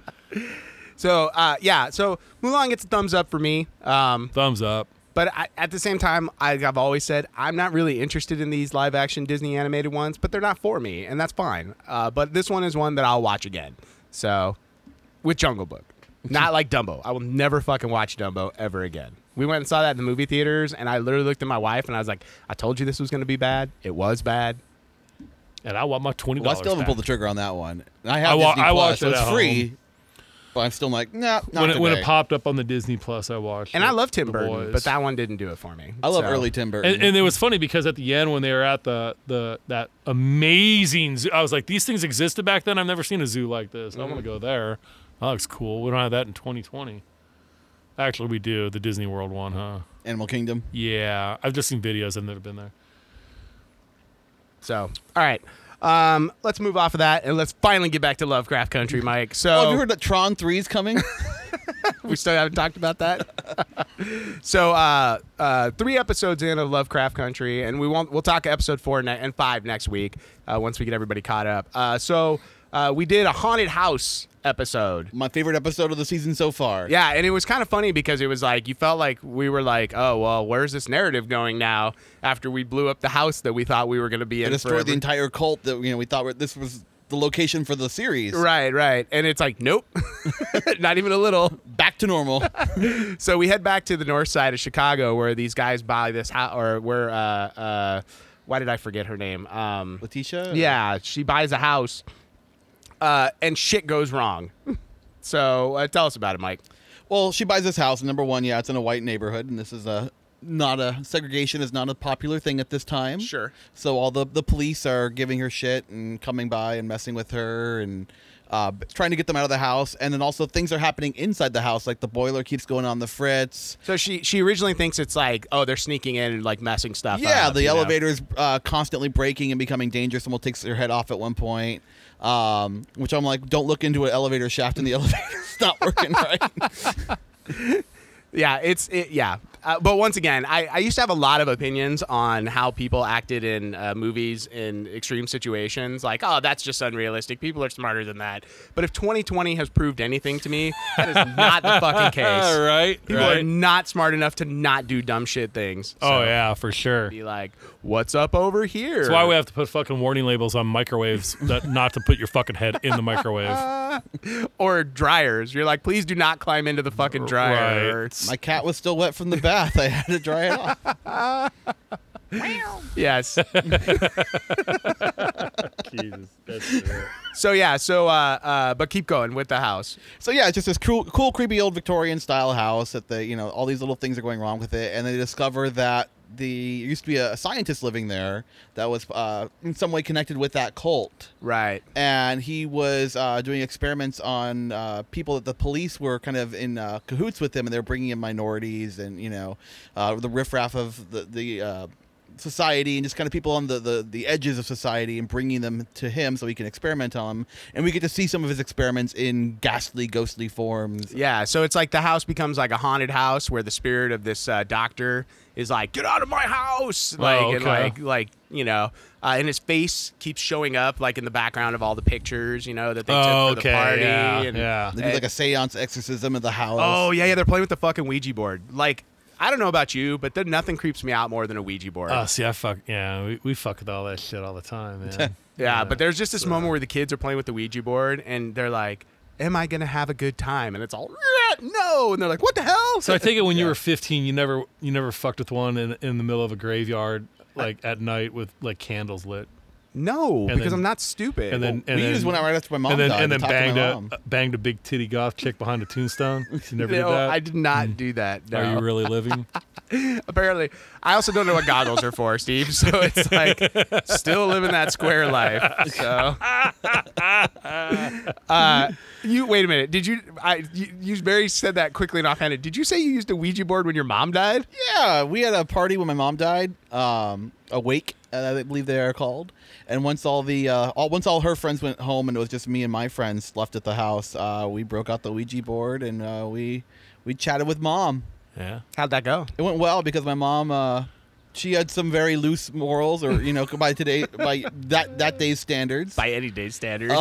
A: So uh, yeah, so Mulan gets a thumbs up for me. Um,
C: Thumbs up.
A: but I, at the same time, I, I've always said I'm not really interested in these live action Disney animated ones, but they're not for me, and that's fine. Uh, but this one is one that I'll watch again. So with Jungle Book, not like Dumbo. I will never fucking watch Dumbo ever again. We went and saw that in the movie theaters, and I literally looked at my wife and I was like, "I told you this was going to be bad. It was bad."
C: And I want my twenty
D: Well, I
C: dollars.
D: still haven't pulled the trigger on that one. And I have
C: I wa-
D: Disney
C: I
D: Plus,
C: watched
D: so
C: it
D: it's
C: at
D: free. But I'm still like, nah, not
C: when it, when it
D: today.
C: popped up on the Disney Plus, I watched.
A: And
C: it,
A: I love Tim
C: The
A: Burton,
C: Boys.
A: but that one didn't do it for me.
D: I love
A: So-
D: early Tim Burton.
C: And, and it was funny because at the end when they were at the the that amazing zoo, I was like, these things existed back then. I've never seen a zoo like this. I want to
A: Mm-hmm.
C: go there. That looks cool. We don't have that in 2020. Actually, we do the Disney World one, huh?
D: Animal Kingdom.
C: Yeah, I've just seen videos. I've never been there.
A: So, all right. Um, let's move off of that and let's finally get back to Lovecraft Country, Mike.
D: Oh, have you
A: So,
D: heard that Tron 3 is coming? <laughs>
A: <laughs> we still haven't talked about that. <laughs> so, uh, uh, three episodes in of Lovecraft Country, and we won't. We'll talk episode four ne- and five next week uh, once we get everybody caught up. Uh, so, uh, we did a haunted house episode.
D: My favorite episode of the season so far.
A: Yeah, and it was kind of funny because it was like you felt like we were like, oh well, where's this narrative going now? After we blew up the house that we thought we were going to be
D: It
A: in,
D: destroyed
A: forever.
D: the entire cult that you know we thought were, this was the location for the series.
A: Right, right. And it's like, nope, <laughs> not even a little.
D: Back to normal. <laughs>
A: So we head back to the north side of Chicago where these guys buy this house, or where, uh, uh, why did I forget her name? Um,
D: Letitia?
A: yeah, she buys a house uh, and shit goes wrong. So uh, tell us about it, Mike.
D: Well, she buys this house. and Number one, yeah, it's in a white neighborhood, and this is a not a segregation is not a popular thing at this time.
A: Sure.
D: So all the the police are giving her shit and coming by and messing with her and uh, b- trying to get them out of the house. And then also things are happening inside the house, like the boiler keeps going on the fritz.
A: So she she originally thinks it's like, oh, they're sneaking in and like messing stuff
D: Yeah,
A: up,
D: the
A: you know?
D: elevator is uh, constantly breaking and becoming dangerous. Someone takes their head off at one point, um, which I'm like, don't look into an elevator shaft in the <laughs> elevator. It's not working right.
A: Yeah, it's it, yeah. Uh, but once again, I, I used to have a lot of opinions on how people acted in uh, movies in extreme situations. Like, oh, that's just unrealistic. People are smarter than that. But if 2020 has proved anything to me, that is not the fucking
C: <laughs> All
A: case.
C: right.
A: People are not smart enough to not do dumb shit things.
C: Oh
A: So,
C: yeah, for sure.
A: Be like, what's up over here?
C: That's why we have to put fucking warning labels on microwaves <laughs> that not to put your fucking head in
A: <laughs>
C: the microwave.
A: or dryers. You're like, please do not climb into the fucking dryer.
C: Right.
D: My cat was still wet from the bath. I had to dry it off.
A: Yes.
C: Jesus. <laughs>
A: so yeah. So uh, uh, but keep going with the house.
D: So yeah, it's just this cool, cool, creepy old Victorian style house that they, you know, all these little things are going wrong with it, and they discover that the used to be a scientist living there that was uh, in some way connected with that cult,
A: Right.
D: and he was uh, doing experiments on uh, people that the police were kind of in uh, cahoots with them, and they're bringing in minorities and you know, uh, the riffraff of the the. Uh, society and just kind of people on the, the the edges of society and bringing them to him so he can experiment on them and we get to see some of his experiments in ghastly ghostly forms
A: Yeah, so it's like the house becomes like a haunted house where the spirit of this uh, doctor is like, "Get out of my house!" Like, and
C: Oh, okay.
A: like, like you know, uh, and his face keeps showing up like in the background of all the pictures, you know, that they
C: Oh,
A: took for
C: okay,
A: the party.
C: yeah,
A: and,
C: yeah.
D: They do like a seance exorcism of the house.
A: oh yeah, yeah, they're playing with the fucking Ouija board. Like, I don't know about you, but then nothing creeps me out more than a Ouija board.
C: Oh, see, I fuck. Yeah, we, we fuck with all that shit all
A: <laughs>
C: the time, man.
A: yeah, but there's just this moment where the kids are playing with the Ouija board and they're like, "Am I gonna have a good time?" And it's all, "No," and they're like, "What the hell?"
C: So I take it when you were 15, you never you never fucked with one in, in the middle of a graveyard like at night with like candles lit,
A: no,
C: And
A: because
C: then-
A: I'm not stupid.
C: and then and
D: we
C: then,
D: used one out right after my mom
C: and then
D: died.
C: and
D: to
C: then
D: talk to my
C: banged
D: mom.
C: a banged a big titty goth chick behind a tombstone. You
D: <laughs>
C: never
A: No,
C: did that. Hmm.
A: I did not do that. No.
C: Are you really living?
A: Apparently, I also don't know what goggles are
C: <laughs>
A: for, Steve. So it's like still living that square life.
C: <laughs>
A: So uh, you wait a minute. Did you? I you, you very said that quickly and offhanded. Did you say you used a Ouija board when your mom died?
D: Yeah, we had a party when my mom died. Um, a wake, uh, I believe they are called. And once all the uh, all once all her friends went home, and it was just me and my friends left at the house. Uh, we broke out the Ouija board, and uh, we we chatted with mom.
F: Yeah.
G: How'd that go?
D: It went well because my mom, uh, she had some very loose morals, or you know, <laughs> by today, by that that day's standards.
G: By any day standards.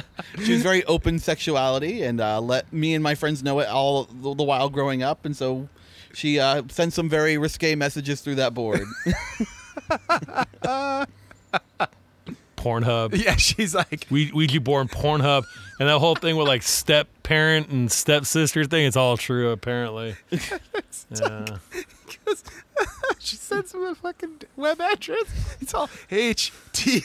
A: <laughs>
D: she was very open sexuality and uh, let me and my friends know it all the, the while growing up, and so she uh, sent some very risque messages through that board.
C: Pornhub.
G: Yeah, she's like,
C: We Ouija board Pornhub and that whole thing with like step parent and step sister thing, it's all true
D: <laughs>
C: apparently. Yeah.
G: she sends him a fucking web address. It's all H T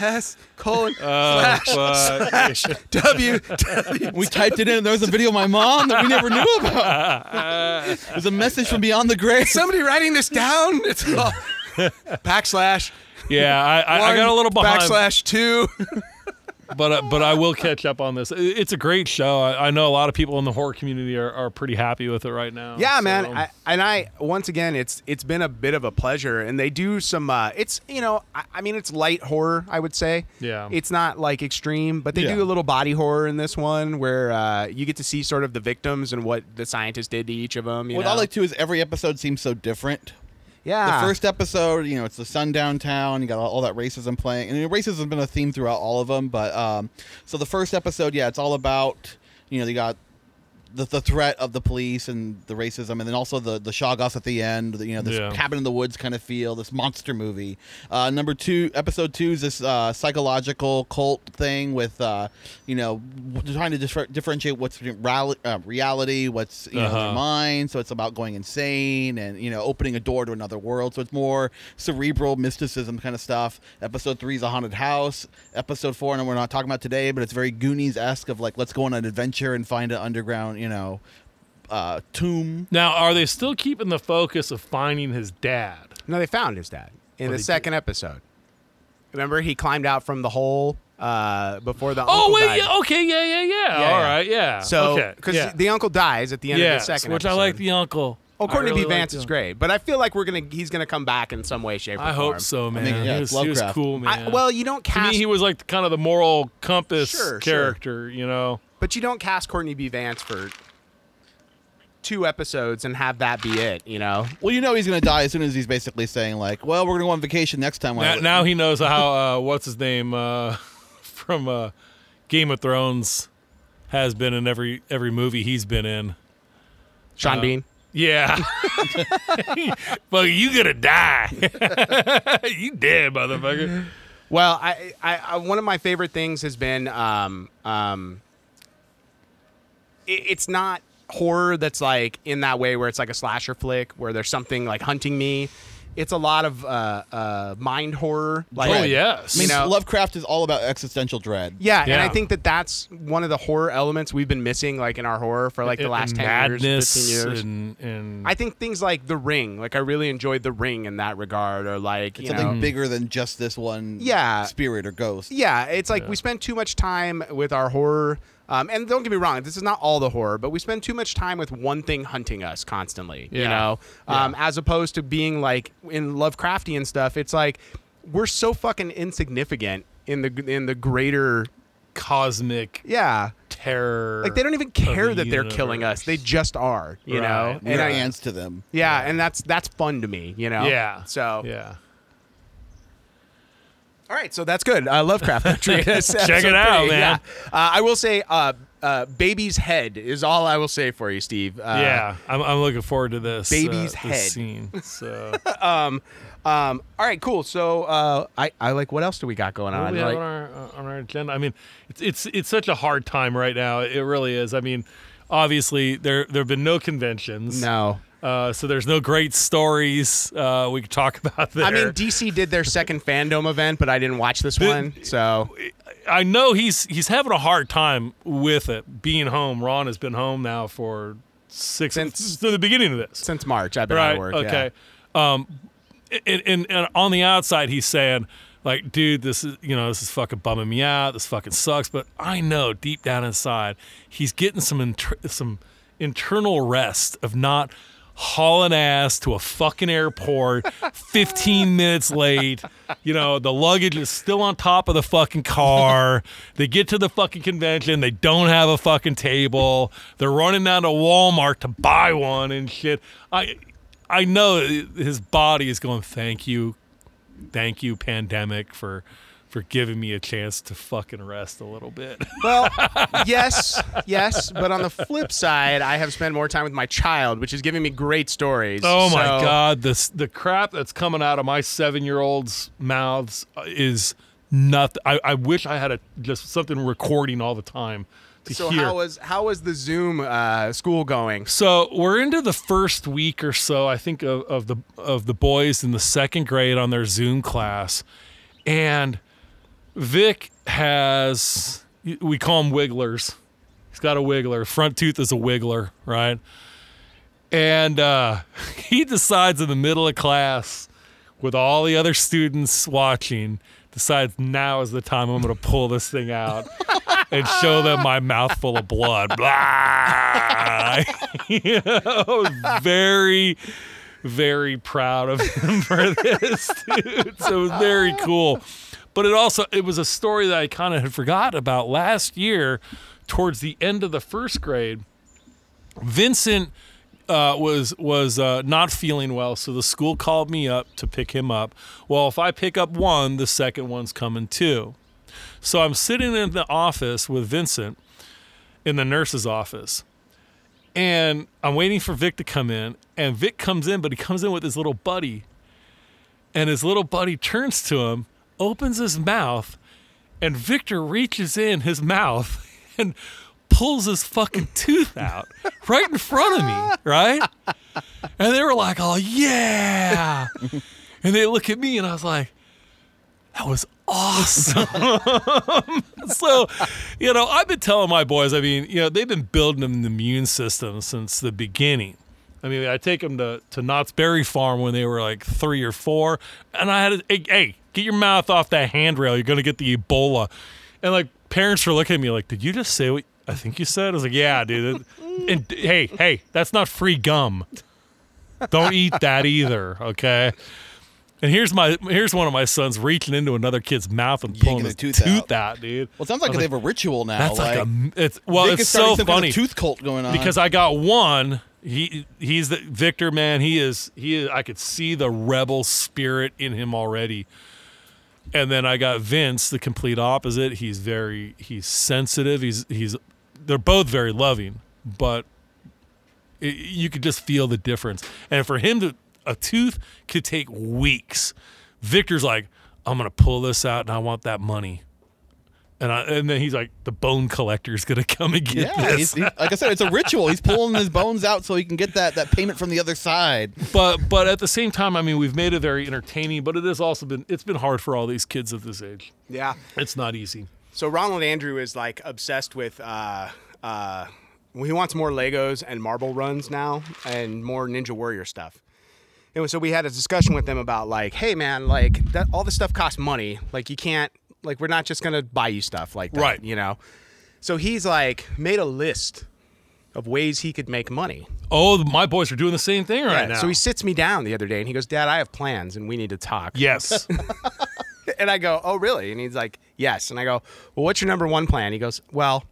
G: S colon
C: Oh, fuck.
G: W.
D: we typed it in, and there was a video of my mom that we never knew about. it was a message from beyond the grave.
G: <laughs> Somebody writing this down. <laughs> It's
A: <laughs>
G: all backslash.
C: yeah, I, I, I
G: one,
C: got a little behind,
G: Backslash two.
C: but uh, but I will catch up on this. I- It's a great show. I, I know a lot of people in the horror community are, are pretty happy with it right now.
A: <laughs> Yeah,
C: so- um,
A: man.
C: I,
A: I, and I once again, it's it's been a bit of a pleasure, and they do some. Uh, it's you know, I, I mean, it's light horror, I would say.
C: Yeah.
A: It's not like extreme, but they
D: Yeah.
A: do a little body horror in this one, where uh, you get to see sort of the victims and what the scientists did to each of them. You
D: What
A: know?
D: I like too is every episode seems so different.
A: yeah.
D: The first episode, you know, it's the sundown town. You got all, all that racism playing, and racism's been a theme throughout all of them. But um, so the first episode, yeah, it's all about you know they got the, the threat of the police and the racism, and then also the the Shoggoths at the end. The, you know, this
C: Yeah.
D: cabin in the woods kind of feel, this monster movie. Uh, number two, episode two is this uh, psychological cult thing with uh, you know w- trying to differ- differentiate what's between rally- uh, reality, what's you know
C: Uh-huh.
D: their mind. So it's about going insane and you know opening a door to another world. So it's more cerebral mysticism kind of stuff. Episode three is a haunted house. Episode four, and we're not talking about today, but it's very Goonies esque of like let's go on an adventure and find an underground you know uh, tomb.
C: now, are they still keeping the focus of finding his dad?
A: no, they found his dad in the
C: they
A: second episode. Remember, he climbed out from the hole uh, before the.
C: Oh
A: uncle
C: wait,
A: died.
C: yeah, okay, yeah, yeah, yeah.
A: Yeah,
C: All
A: yeah.
C: right, yeah.
A: So,
C: okay,
A: because
C: yeah.
A: the uncle dies at the end of
C: Yes,
A: the second,
C: which I
A: episode.
C: like the uncle.
A: Oh, Courtney
C: I really
A: B.
C: like
A: Vance
C: the
A: is
C: uncle.
A: great, but I feel like we're gonna he's gonna come back in some way, shape, or
C: I hope
A: form.
C: so, man.
D: mean, yeah,
C: he, was,
D: it's
C: he was
D: Lovecraft.
C: cool,
A: I-
C: man.
A: well, you don't
C: to
A: cast
C: me, he was like kind of the moral compass
A: Sure, sure.
C: character, you know.
A: But you don't cast Courtney B. Vance for two episodes and have that be it, you know?
D: Well, you know he's gonna die as soon as he's basically saying like, well, we're gonna go on vacation next time.
C: Now, now he knows how uh, what's his name uh, <laughs> from uh, Game of Thrones has been in every every movie he's been in.
A: Sean Bean.
C: <laughs> Yeah, but you gonna die. <laughs> you dead, motherfucker.
A: Well, I, I, I one of my favorite things has been um, um, it, it's not horror that's like in that way where it's like a slasher flick where there's something like hunting me. It's a lot of uh, uh, mind horror. Like,
C: Oh yes,
D: I mean,
A: You know-
D: Lovecraft is all about existential dread.
A: Yeah, and I
C: Yeah.
A: think that that's one of the horror elements we've been missing, like in our horror for like the
C: And
A: last ten years,
C: madness
A: fifteen years.
C: and, and
A: I think things like The Ring, like I really enjoyed The Ring in that regard, or like you
D: Something
A: know,
D: bigger than just this one
A: Yeah.
D: spirit or ghost.
A: yeah, it's like we spend too much time with our horror. Um, and don't get me wrong, this is not all the horror, but we spend too much time with one thing hunting us constantly. You
C: Yeah.
A: know, um, as opposed to being like in Lovecraftian stuff, it's like we're so fucking insignificant in the in the greater.
C: cosmic
A: Yeah,
C: terror.
A: like they don't even care
C: the
A: that they're killing us; they
C: universe.
A: just are. You know,
C: Right.
D: We're
A: and I-
D: ants to them.
A: yeah, and that's that's fun to me. You know,
C: Yeah.
A: So
C: yeah.
A: All right, so that's good. <laughs> Uh,
C: <laughs>
A: Lovecraft. Country. That's
C: Check
A: episode
C: it out,
A: three,
C: man.
A: yeah. Uh, I will say, uh, uh, "Baby's Head" is all I will say for you, Steve. Uh,
C: yeah, I'm, I'm looking forward to this
A: Baby's
C: uh, this
A: head.
C: scene. So
A: Um, all right, cool. So uh, I, I like. What else do we got going
C: what
A: on?
C: do we have
A: Like-
C: on our uh, on our agenda? I mean, it's it's it's such a hard time right now. It really is. I mean, obviously there there have been no conventions.
A: no.
C: Uh, so there's no great stories uh, we could talk <laughs> about there.
A: I mean, DC did their second fandom event, but I didn't watch this one. So
C: I know he's he's having a hard time with it being home. Ron has been home now for six
A: Since-
C: since the beginning of this.
A: since March, I've been out
C: right.
A: of work. yeah.
C: okay. Um, and, and, and on the outside, he's saying, like, dude, this is, you know, this is fucking bumming me out. This fucking sucks. But I know deep down inside, he's getting some, inter- some internal rest of not hauling ass to a fucking airport, 15 minutes late. You know, the luggage is still on top of the fucking car. They get to the fucking convention, they don't have a fucking table. They're running down to Walmart to buy one and shit. I I know his body is going, "Thank you. Thank you pandemic for for giving me a chance to fucking rest a little bit." <laughs>
A: Well, yes, yes, but on the flip side, I have spent more time with my child, which is giving me great stories.
C: Oh my
A: So,
C: god, this the crap that's coming out of my seven year old's mouths is nothing. I, I wish I had a just something recording all the time to
A: So
C: hear.
A: how was how was the Zoom uh, school going?
C: so we're into the first week or so, I think, of, of the of the boys in the second grade on their Zoom class, and Vic has we call them wigglers. He's got a wiggler. Front tooth is a wiggler, right? And uh, <laughs> he decides in the middle of class, with all the other students watching, decides now is the time I'm going to pull this thing out and show them my mouth full of blood. Blah. <laughs> you know, very, very proud of him <laughs> for this, dude. So it was very cool. But it also it was a story that I kind of had forgot about last year, towards the end of the first grade. Vincent uh, was was uh, not feeling well, so the school called me up to pick him up. Well, if I pick up one, the second one's coming too. So I'm sitting in the office with Vincent in the nurse's office, and I'm waiting for Vic to come in. And Vic comes in, but he comes in with his little buddy, and his little buddy turns to him, opens his mouth, and Victor reaches in his mouth <laughs> and pulls his fucking tooth out right in front of me, right? And they were like, "Oh yeah," and they look at me, and I was like, "That was awesome." <laughs> so, you know, I've been telling my boys. I mean, you know, they've been building them the immune system since the beginning. I mean, I take them to, to Knott's Berry Farm when they were like three or four, and I had, to, hey, hey, get your mouth off that handrail. You're gonna get the Ebola. And like parents were looking at me like, did you just say what I think you said? I was like, yeah, dude. It- <laughs> and hey, hey, that's not free gum. Don't eat that either, okay? And here's my here's one of my sons reaching into another kid's mouth and pulling
D: Yanking
C: his
D: the
C: tooth,
D: tooth out.
C: out, dude.
D: Well, it sounds like,
C: I was
D: they have a ritual now.
C: that's like,
D: like,
C: a it's well,
D: Vic
C: it's
D: is starting
C: so
D: some
C: funny
D: Kind of tooth cult going on
C: because I got one. He he's the Victor man. He is he. Is, I could see the rebel spirit in him already. And then I got Vince, the complete opposite. He's very he's sensitive. He's he's they're both very loving, but it, you could just feel the difference. And for him to a tooth could take weeks. Victor's like, I'm gonna pull this out and I want that money. And I, and then he's like, the bone collector's gonna come and get
D: yeah,
C: this.
D: he's, he's, like I said, it's a ritual. He's pulling his bones out so he can get that, that payment from the other side.
C: but but at the same time, I mean, we've made it very entertaining, but it has also been it's been hard for all these kids at this age.
A: Yeah.
C: It's not easy.
A: So Ronald Andrew is like obsessed with. Uh, uh, he wants more Legos and marble runs now, and more Ninja Warrior stuff. And so we had a discussion with them about like, hey man, like that all this stuff costs money. Like you can't, like we're not just gonna buy you stuff like that,
C: Right.
A: You know. So he's like made a list of ways he could make money.
C: Oh, my boys are doing the same thing right
A: Yeah,
C: now.
A: So he sits me down the other day and he goes, Dad, I have plans and we need to talk. <laughs>
C: yes,
A: And I go, Oh, really? And he's like, Yes. And I go, Well, what's your number one plan? He goes, Well,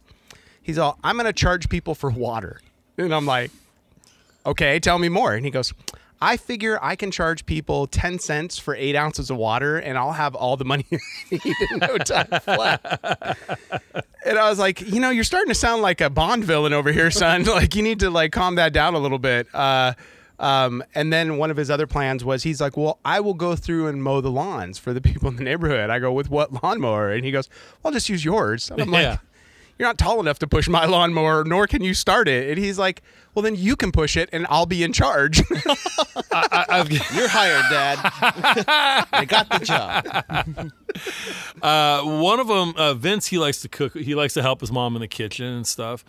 A: he's all, I'm going to charge people for water. And I'm like, Okay, tell me more. And he goes, I figure I can charge people 10 cents for eight ounces of water and I'll have all the money <laughs> I need in no time flat. <laughs> And I was like, you know, you're starting to sound like a Bond villain over here, son. <laughs> like, you need to like calm that down a little bit. Uh, um, and then one of his other plans was he's like, well, I will go through and mow the lawns for the <laughs> people in the neighborhood. I go, with what lawnmower? And he goes, I'll just use yours. And I'm
C: Yeah.
A: like, you're not tall enough to push my lawnmower, nor can you start it. And he's like, well, then you can push it and I'll be in charge. <laughs>
C: I, I've
D: You're hired, Dad. I got the job.
C: Uh, one of them, uh, Vince, he likes to cook. He likes to help his mom in the kitchen and stuff.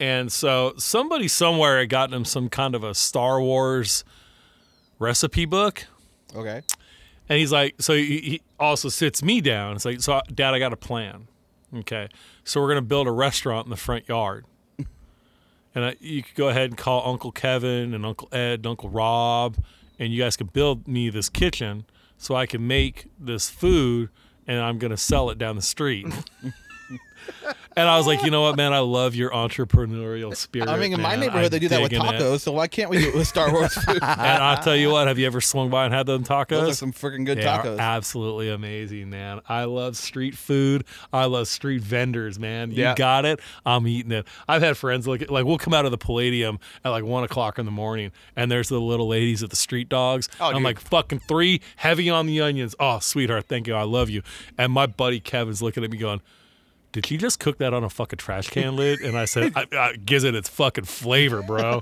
C: And so somebody somewhere had gotten him some kind of a Star Wars recipe book.
D: Okay.
C: And he's like, so he, he also sits me down. It's like, so dad, I got a plan. Okay. So we're going to build a restaurant in the front yard. <laughs> and I, you could go ahead and call Uncle Kevin and Uncle Ed and Uncle Rob, and you guys could build me this kitchen so I can make this food, and I'm gonna sell it down the street. <laughs> and I was like, you know what, man, I love your entrepreneurial spirit.
D: I mean, in my
C: man.
D: neighborhood,
C: I'm
D: they do that with
C: digging it."
D: tacos. So why can't we do it with Star Wars
C: <laughs>
D: food?
C: and I'll tell you what, have you ever swung by and had them tacos?
D: Those are some freaking good
C: They are
D: tacos.
C: absolutely amazing, man. I love street food. I love street vendors, man. You
A: Yeah.
C: got it. I'm eating it. I've had friends look at, like we'll come out of the Palladium at like one o'clock in the morning, and there's the little ladies at the street dogs.
A: Oh,
C: I'm
A: dude.
C: like fucking three heavy on the onions. Oh, sweetheart, thank you. I love you. And my buddy Kevin's looking at me going. Did you just cook that on a fucking trash can lid? And
A: <laughs>
C: I said, I, I gives it its fucking flavor, bro.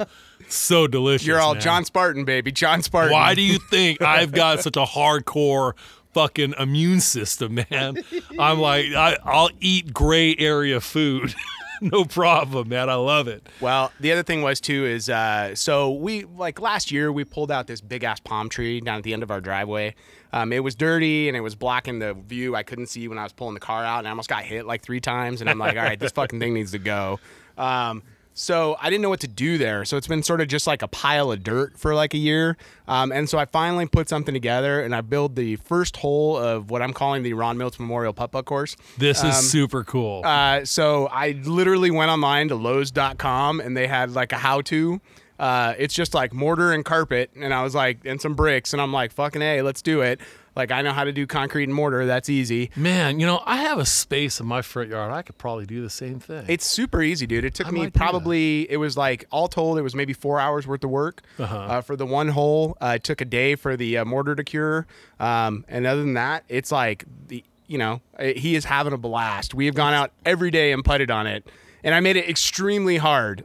C: So delicious.
A: You're all
C: man.
A: John Spartan, baby. John Spartan.
C: Why do you think I've got such a hardcore fucking immune system, man? I'm like, I, I'll eat gray area food. <laughs> no problem, man. I love it.
A: Well, the other thing was too is uh, so we like last year we pulled out this big ass palm tree down at the end of our driveway. Um, it was dirty and it was blocking the view. I couldn't see when I was pulling the car out, and I almost got hit like three times. And I'm like, all right, this fucking thing needs to go. Um, so I didn't know what to do there. So it's been sort of just like a pile of dirt for like a year. Um, and so I finally put something together, and I build the first hole of what I'm calling the Ron Mills Memorial Putt Putt Course.
C: This
D: Um,
C: is super cool.
A: Uh, so I literally went online to Lowe's.com and they had like a how to. Uh, it's just like mortar and carpet, and I was like, and some bricks, and I'm like, fucking hey, let's do it. Like I know how to do concrete and mortar. That's easy.
C: man, you know, I have a space in my front yard. I could probably do the same thing.
A: It's super easy, dude. It took
C: I might
A: me
C: do that.
A: probably it was like all told it was maybe four hours worth of work uh
D: Uh-huh.
A: for the one hole. Uh, it took a day for the uh, mortar to cure, um, and other than that, it's like the you know eh, he is having a blast. We have gone out every day and putted on it, and I made it extremely hard.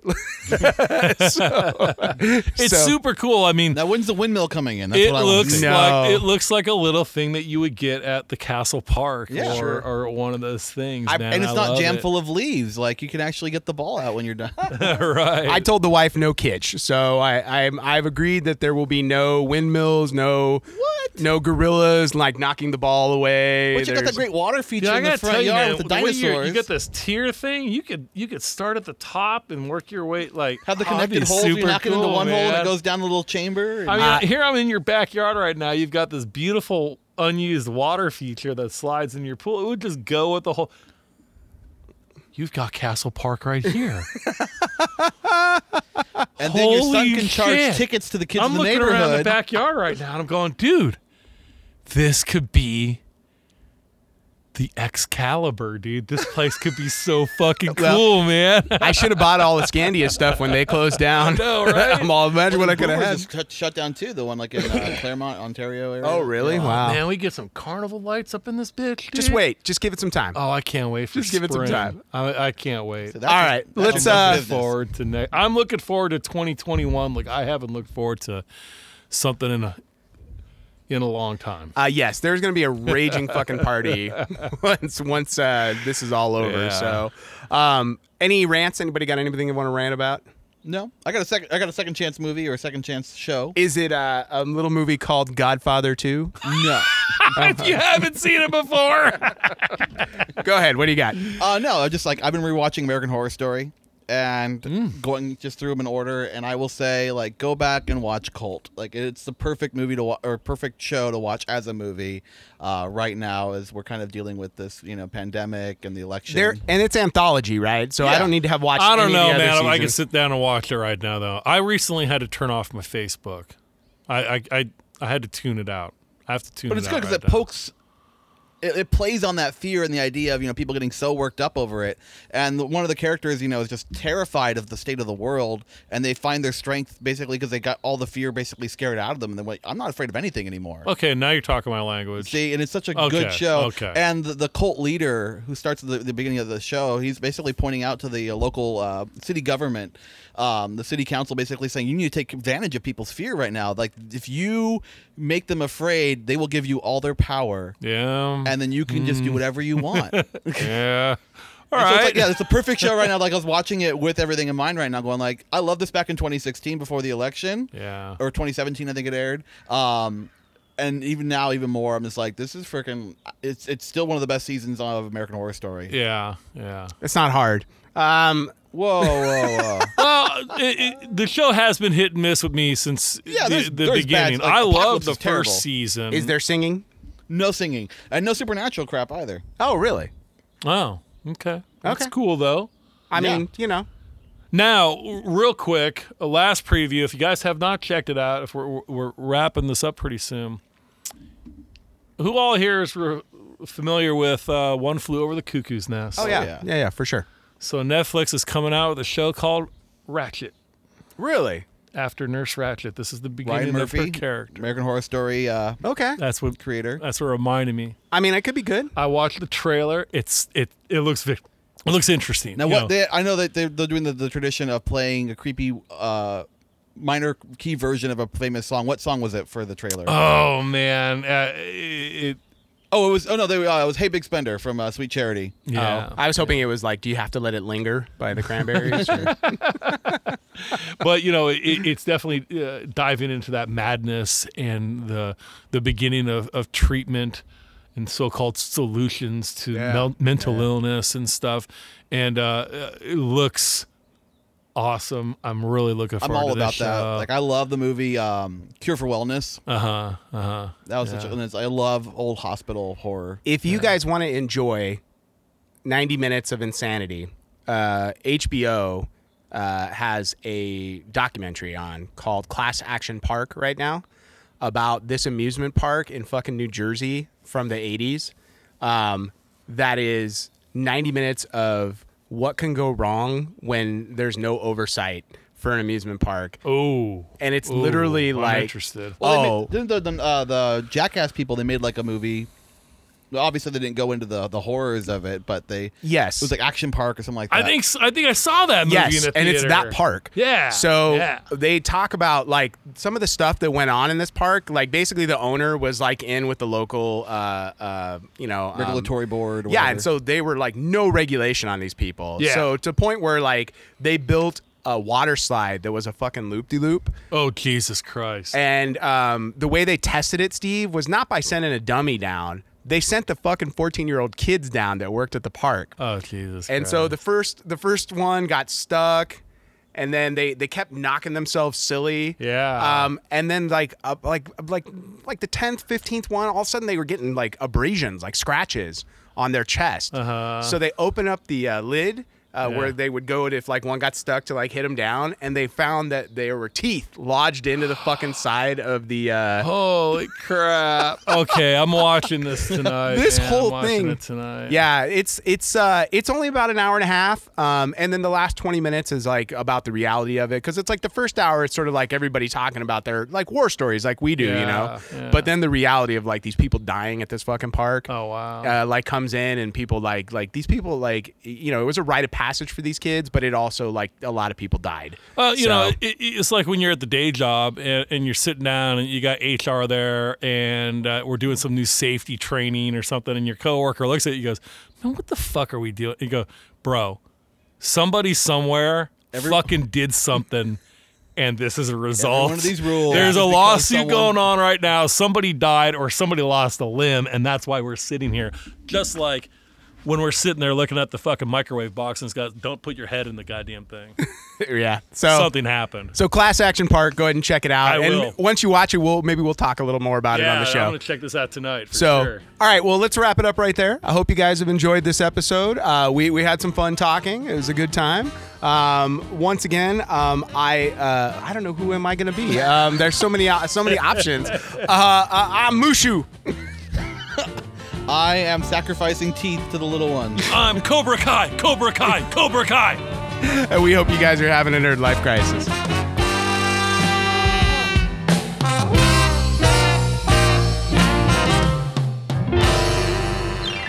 A: <laughs>
C: it's
A: so-
C: super cool. I mean,
D: Now, when's the windmill coming in? That's
C: it
D: what I want to
C: looks
D: see.
A: No.
C: like it looks like a little thing that you would get at the castle park
D: Yeah,
C: or,
D: sure.
C: or one of those things.
D: I-
C: man.
D: and it's
C: I
D: not
C: love
D: jam
C: it. <laughs>
D: full of leaves. Like you can actually get the ball out when you're done.
C: right.
A: I told the wife no kitsch, so I, I I've agreed that there will be no windmills, no
D: What?
A: no gorillas like knocking the ball away.
D: But you got that
A: There's-
D: great water feature
C: Dude, I
D: in the
C: gotta tell
D: front
C: you,
D: yard
C: man,
D: with the
C: way you're-
D: dinosaurs.
C: You get this tier thing. You could you could start at the top and work your way like
D: Have the
C: oh, that'd
D: connected
C: be
D: holes. You
C: super
D: knock it into
C: cool,
D: one hole and
C: man.
D: it goes down the little chamber. and-
C: I mean, here I'm in your backyard right now. You've got this beautiful unused water feature that slides in your pool. It would just go with the whole. You've got Castle Park
D: <laughs>
C: right here.
D: and then your son
C: Holy
D: can charge
C: shit.
D: tickets to the kids
C: I'm
D: in the
C: looking around the
D: neighborhood.
C: backyard right now, and I'm going, dude, this could be the Excalibur, dude. This place could be so
D: <laughs>
C: fucking
A: Well,
C: cool, man.
A: I should have bought all the Scandia stuff when they closed down.
C: know,
A: <laughs>
C: right?
A: I'm all imagine what I could have
D: Brewers
A: had.
D: is shut- shut down too. The one like in <laughs> uh, Claremont, Ontario area.
A: Oh, really? Wow.
C: Man, we get some carnival lights up in this bitch.
A: Just
C: dude.
A: wait. Just give it some time.
C: Oh, I can't wait for
A: Just give it some
C: spring.
A: time.
C: I, I can't wait.
D: So
C: I'm
D: that's
A: All
D: a-
A: right,
D: that's a
A: let's,
D: bunch of
A: uh,
C: looking
D: business.
C: forward to next. I'm looking forward to 2021. Like I haven't looked forward to something in a in a long
A: <laughs>
C: time.
A: Uh, yes, there's gonna be a raging fucking
C: <laughs>
A: party once once uh, this is all over.
C: Yeah.
A: So, um, any rants? Anybody got anything they want to rant about?
D: No, I got a second. I got a second chance movie or a second chance show.
A: Is it uh, a little movie called Godfather Two?
D: no,
C: if you haven't seen it before,
A: Go ahead. What do you got?
D: uh, no. I Just like I've been rewatching American Horror Story and going just through them in order. And I will say, like, go back and watch Cult. Like, it's the perfect movie to wa- or perfect show to watch as a movie uh, right now, as we're kind of dealing with this, you know, pandemic and the election.
A: There and it's anthology, right? So I
D: Yeah.
A: don't need to have watched.
C: I don't
A: any of
C: know,
A: the other
C: man. I can
A: seasons.
C: sit down and watch it right now, though. I recently had to turn off my Facebook. I I I, I had to tune it out. I have to tune
D: But
C: it
D: it's
C: out.
D: good because
C: right
D: it
C: now.
D: pokes. It, it plays on that fear and the idea of you know people getting so worked up over it, and the- one of the characters you know is just terrified of the state of the world, and they find their strength basically because they got all the fear basically scared out of them, and they're like, I'm not afraid of anything anymore.
C: Okay, now you're talking my language.
D: See, and it's such a
C: Okay,
D: good show.
C: okay.
D: And the, the cult leader who starts at the, the beginning of the show, he's basically pointing out to the uh, local uh, city government, um, the city council, basically saying, you need to take advantage of people's fear right now. Like, if you make them afraid, they will give you all their power,
C: yeah.
D: and then you can just do whatever
C: <laughs>
D: you want.
C: yeah. All
D: <laughs>
C: Mm.
D: And so
C: right.
D: it's like, yeah, it's a perfect show right now. Like, I was watching it with everything in mind right now, going, like, I love this back in 2016 before the election
C: Yeah.
D: or 2017 i think it aired um and even now even more i'm just like this is freaking it's it's still one of the best seasons of american horror story
C: Yeah. Yeah.
A: It's not hard. Um,
D: Whoa, whoa, <laughs> whoa.
C: Well, it, it, the show has been hit and miss with me since
D: Yeah,
C: the,
D: there's-
C: the
D: there's
C: beginning.
D: bad- like,
C: I love
D: Apocalypse
C: the
D: is terrible.
C: first season.
A: Is there singing?
D: no singing. And no supernatural crap either.
A: Oh, really?
C: Oh, okay. That's
A: Okay.
C: cool though.
A: I
D: Yeah.
A: mean, you know,
C: Now, r- real quick, a last preview. If you guys have not checked it out, if we're, we're wrapping this up pretty soon, who all here is re- familiar with uh, One Flew Over the Cuckoo's Nest?
A: Oh yeah.
D: yeah.
A: yeah, yeah, for sure.
C: So Netflix is coming out with a show called Ratchet
A: Really?
C: after Nurse Ratchet. This is the beginning
D: Ryan
C: of her
D: Murphy,
C: character. Oh. Uh,
D: American Horror Story uh,
A: Okay.
C: That's what
D: creator.
C: that's what reminded me.
A: I mean, it could be good.
C: I watched the trailer. It's it it looks vic- it looks interesting.
D: Now,
C: you
D: what
C: know.
D: they, I know that they're, they're doing the, the tradition of playing a creepy uh, minor key version of a famous song. What song was it for the trailer?
C: Oh man, uh, it, it
D: oh, it was. Oh no, they, uh, it was Hey Big Spender from uh, Sweet Charity.
C: yeah.
A: I was hoping it was like, do you have to let it linger by the cranberries? or-
C: but you know, it, it's definitely uh, diving into that madness and the the beginning of, of treatment and so-called solutions to mel- mental illness and stuff. And uh, uh, it looks awesome. I'm really looking
D: I'm
C: forward
D: all
C: to
D: about
C: this
D: that.
C: show.
D: Like I love the movie um, Cure for Wellness.
C: uh huh. Uh huh.
D: That was such a, and it's, I love old hospital horror.
A: if you guys want to enjoy 90 minutes of insanity, uh, HBO uh, has a documentary on called Class Action Park right now about this amusement park in fucking New Jersey from the 80s. Um, that is 90 minutes of what can go wrong when there's no oversight for an amusement park.
C: Oh,
A: And it's
C: Ooh,
A: literally
C: I'm
A: like
C: interested.
D: Well, they
A: oh,
D: made- didn't the, the, uh, the Jackass people? They made like a movie. Well, Obviously, they didn't go into the the horrors of it, but they
A: yes.
D: it was like Action Park or something like that.
C: I think s- I think I saw that movie in
A: Yes,
C: the
A: and it's
C: theater.
A: that park.
C: Yeah,
A: So
C: yeah.
A: they talk about like some of the stuff that went on in this park. Like basically, the owner was like in with the local, uh, uh, you know, um,
D: regulatory board. Or
A: yeah,
D: whatever.
A: and so they were like no regulation on these people.
C: Yeah.
A: So to the point where like they built a water slide that was a fucking loop de loop.
C: Oh Jesus Christ!
A: And um, the way they tested it, Steve, was not by sending a dummy down. They sent the fucking 14 year old kids down that worked at the park.
C: oh Jesus!
A: And
C: Christ.
A: so the first the first one got stuck, and then they they kept knocking themselves silly.
C: Yeah.
A: Um. And then like up like like like the tenth, fifteenth one, all of a sudden they were getting like abrasions, like scratches on their chest. Uh-huh. So they open up the uh, lid. Uh, Where
C: Yeah.
A: they would go if like one got stuck to like hit them down, and they found that there were teeth lodged into the fucking side of the. Uh,
C: Holy crap! okay, I'm watching this tonight.
A: This
C: man.
A: whole
C: I'm watching
A: thing-
C: it tonight.
A: Yeah, it's it's uh it's only about an hour and a half, um, and then the last twenty minutes is like about the reality of it because it's like the first hour it's sort of like everybody talking about their like war stories like we do, you know,
C: Yeah, yeah.
A: but then the reality of like these people dying at this fucking park.
C: Oh wow.
A: Uh, like comes in and people like like these people like you know it was a rite of passage for these kids but it also like a lot of people died <laughs>
C: Well, you
A: So-
C: know, it, it- it's like when you're at the day job and, and you're sitting down and you got HR there and uh, we're doing some new safety training or something, and your coworker looks at you and goes, Man, what the fuck are we doing? You go, Bro, somebody somewhere fucking did something. And this is a result.
D: of these rules
C: There's
D: is
C: a
D: because
C: lawsuit
D: someone-
C: going on right now. Somebody died or somebody lost a limb, and that's why we're sitting here. Just like when we're sitting there looking at the fucking microwave box and it's got, don't put your head in the goddamn
D: <laughs>
C: thing.
A: yeah
D: Oh.
A: so
C: Something happened.
A: so class action park go ahead and check it out
C: I
A: and
C: will.
A: once you watch it we'll maybe we'll talk a little more about it on the show
C: I'm gonna check this out tonight. For
A: So,
C: sure.
A: all right, well, let's wrap it up right there. I hope you guys have enjoyed this episode. Uh, we, we had some fun talking. It was a good time. Um, once again, um, I uh, I don't know who am I going to be. Um, there's so many uh, so many
C: <laughs>
A: options. Uh, uh, I'm Mushu. <laughs>
D: I am sacrificing teeth to the little ones.
C: I'm Cobra Kai, Cobra Kai, Cobra Kai.
A: and we hope you guys are having a nerd life crisis.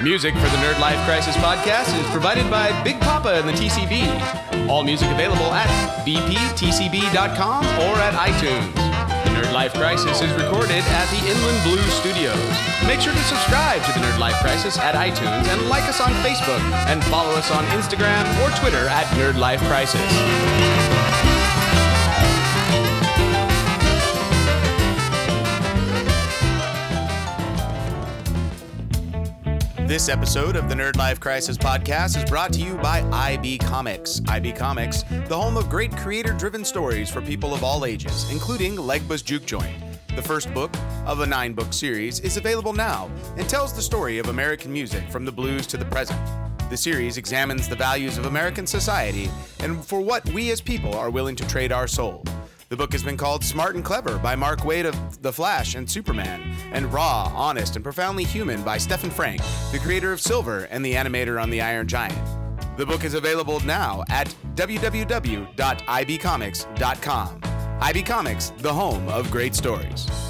A: Music for the Nerd Life Crisis podcast is provided by Big Papa and the TCB. All music available at bptcb.com or at iTunes. The Nerd Life Crisis is recorded at the Inland Blue Studios. Make sure to subscribe to the Nerd Life Crisis at iTunes and like us on Facebook and follow us on Instagram or Twitter at Nerd Life Crisis. This episode of the Nerd Life Crisis podcast is brought to you by IB Comics. IB Comics, the home of great creator driven stories for people of all ages, including Legba's Juke Joint. The first book of a nine book series is available now and tells the story of American music from the blues to the present. The series examines the values of American society and for what we as people are willing to trade our soul. The book has been called Smart and Clever by Mark Waid of The Flash and Superman, and Raw, Honest, and Profoundly Human by Stephen Frank, the creator of Silver and the animator on The Iron Giant. The book is available now at www.ibcomics.com. IB Comics, the home of great stories.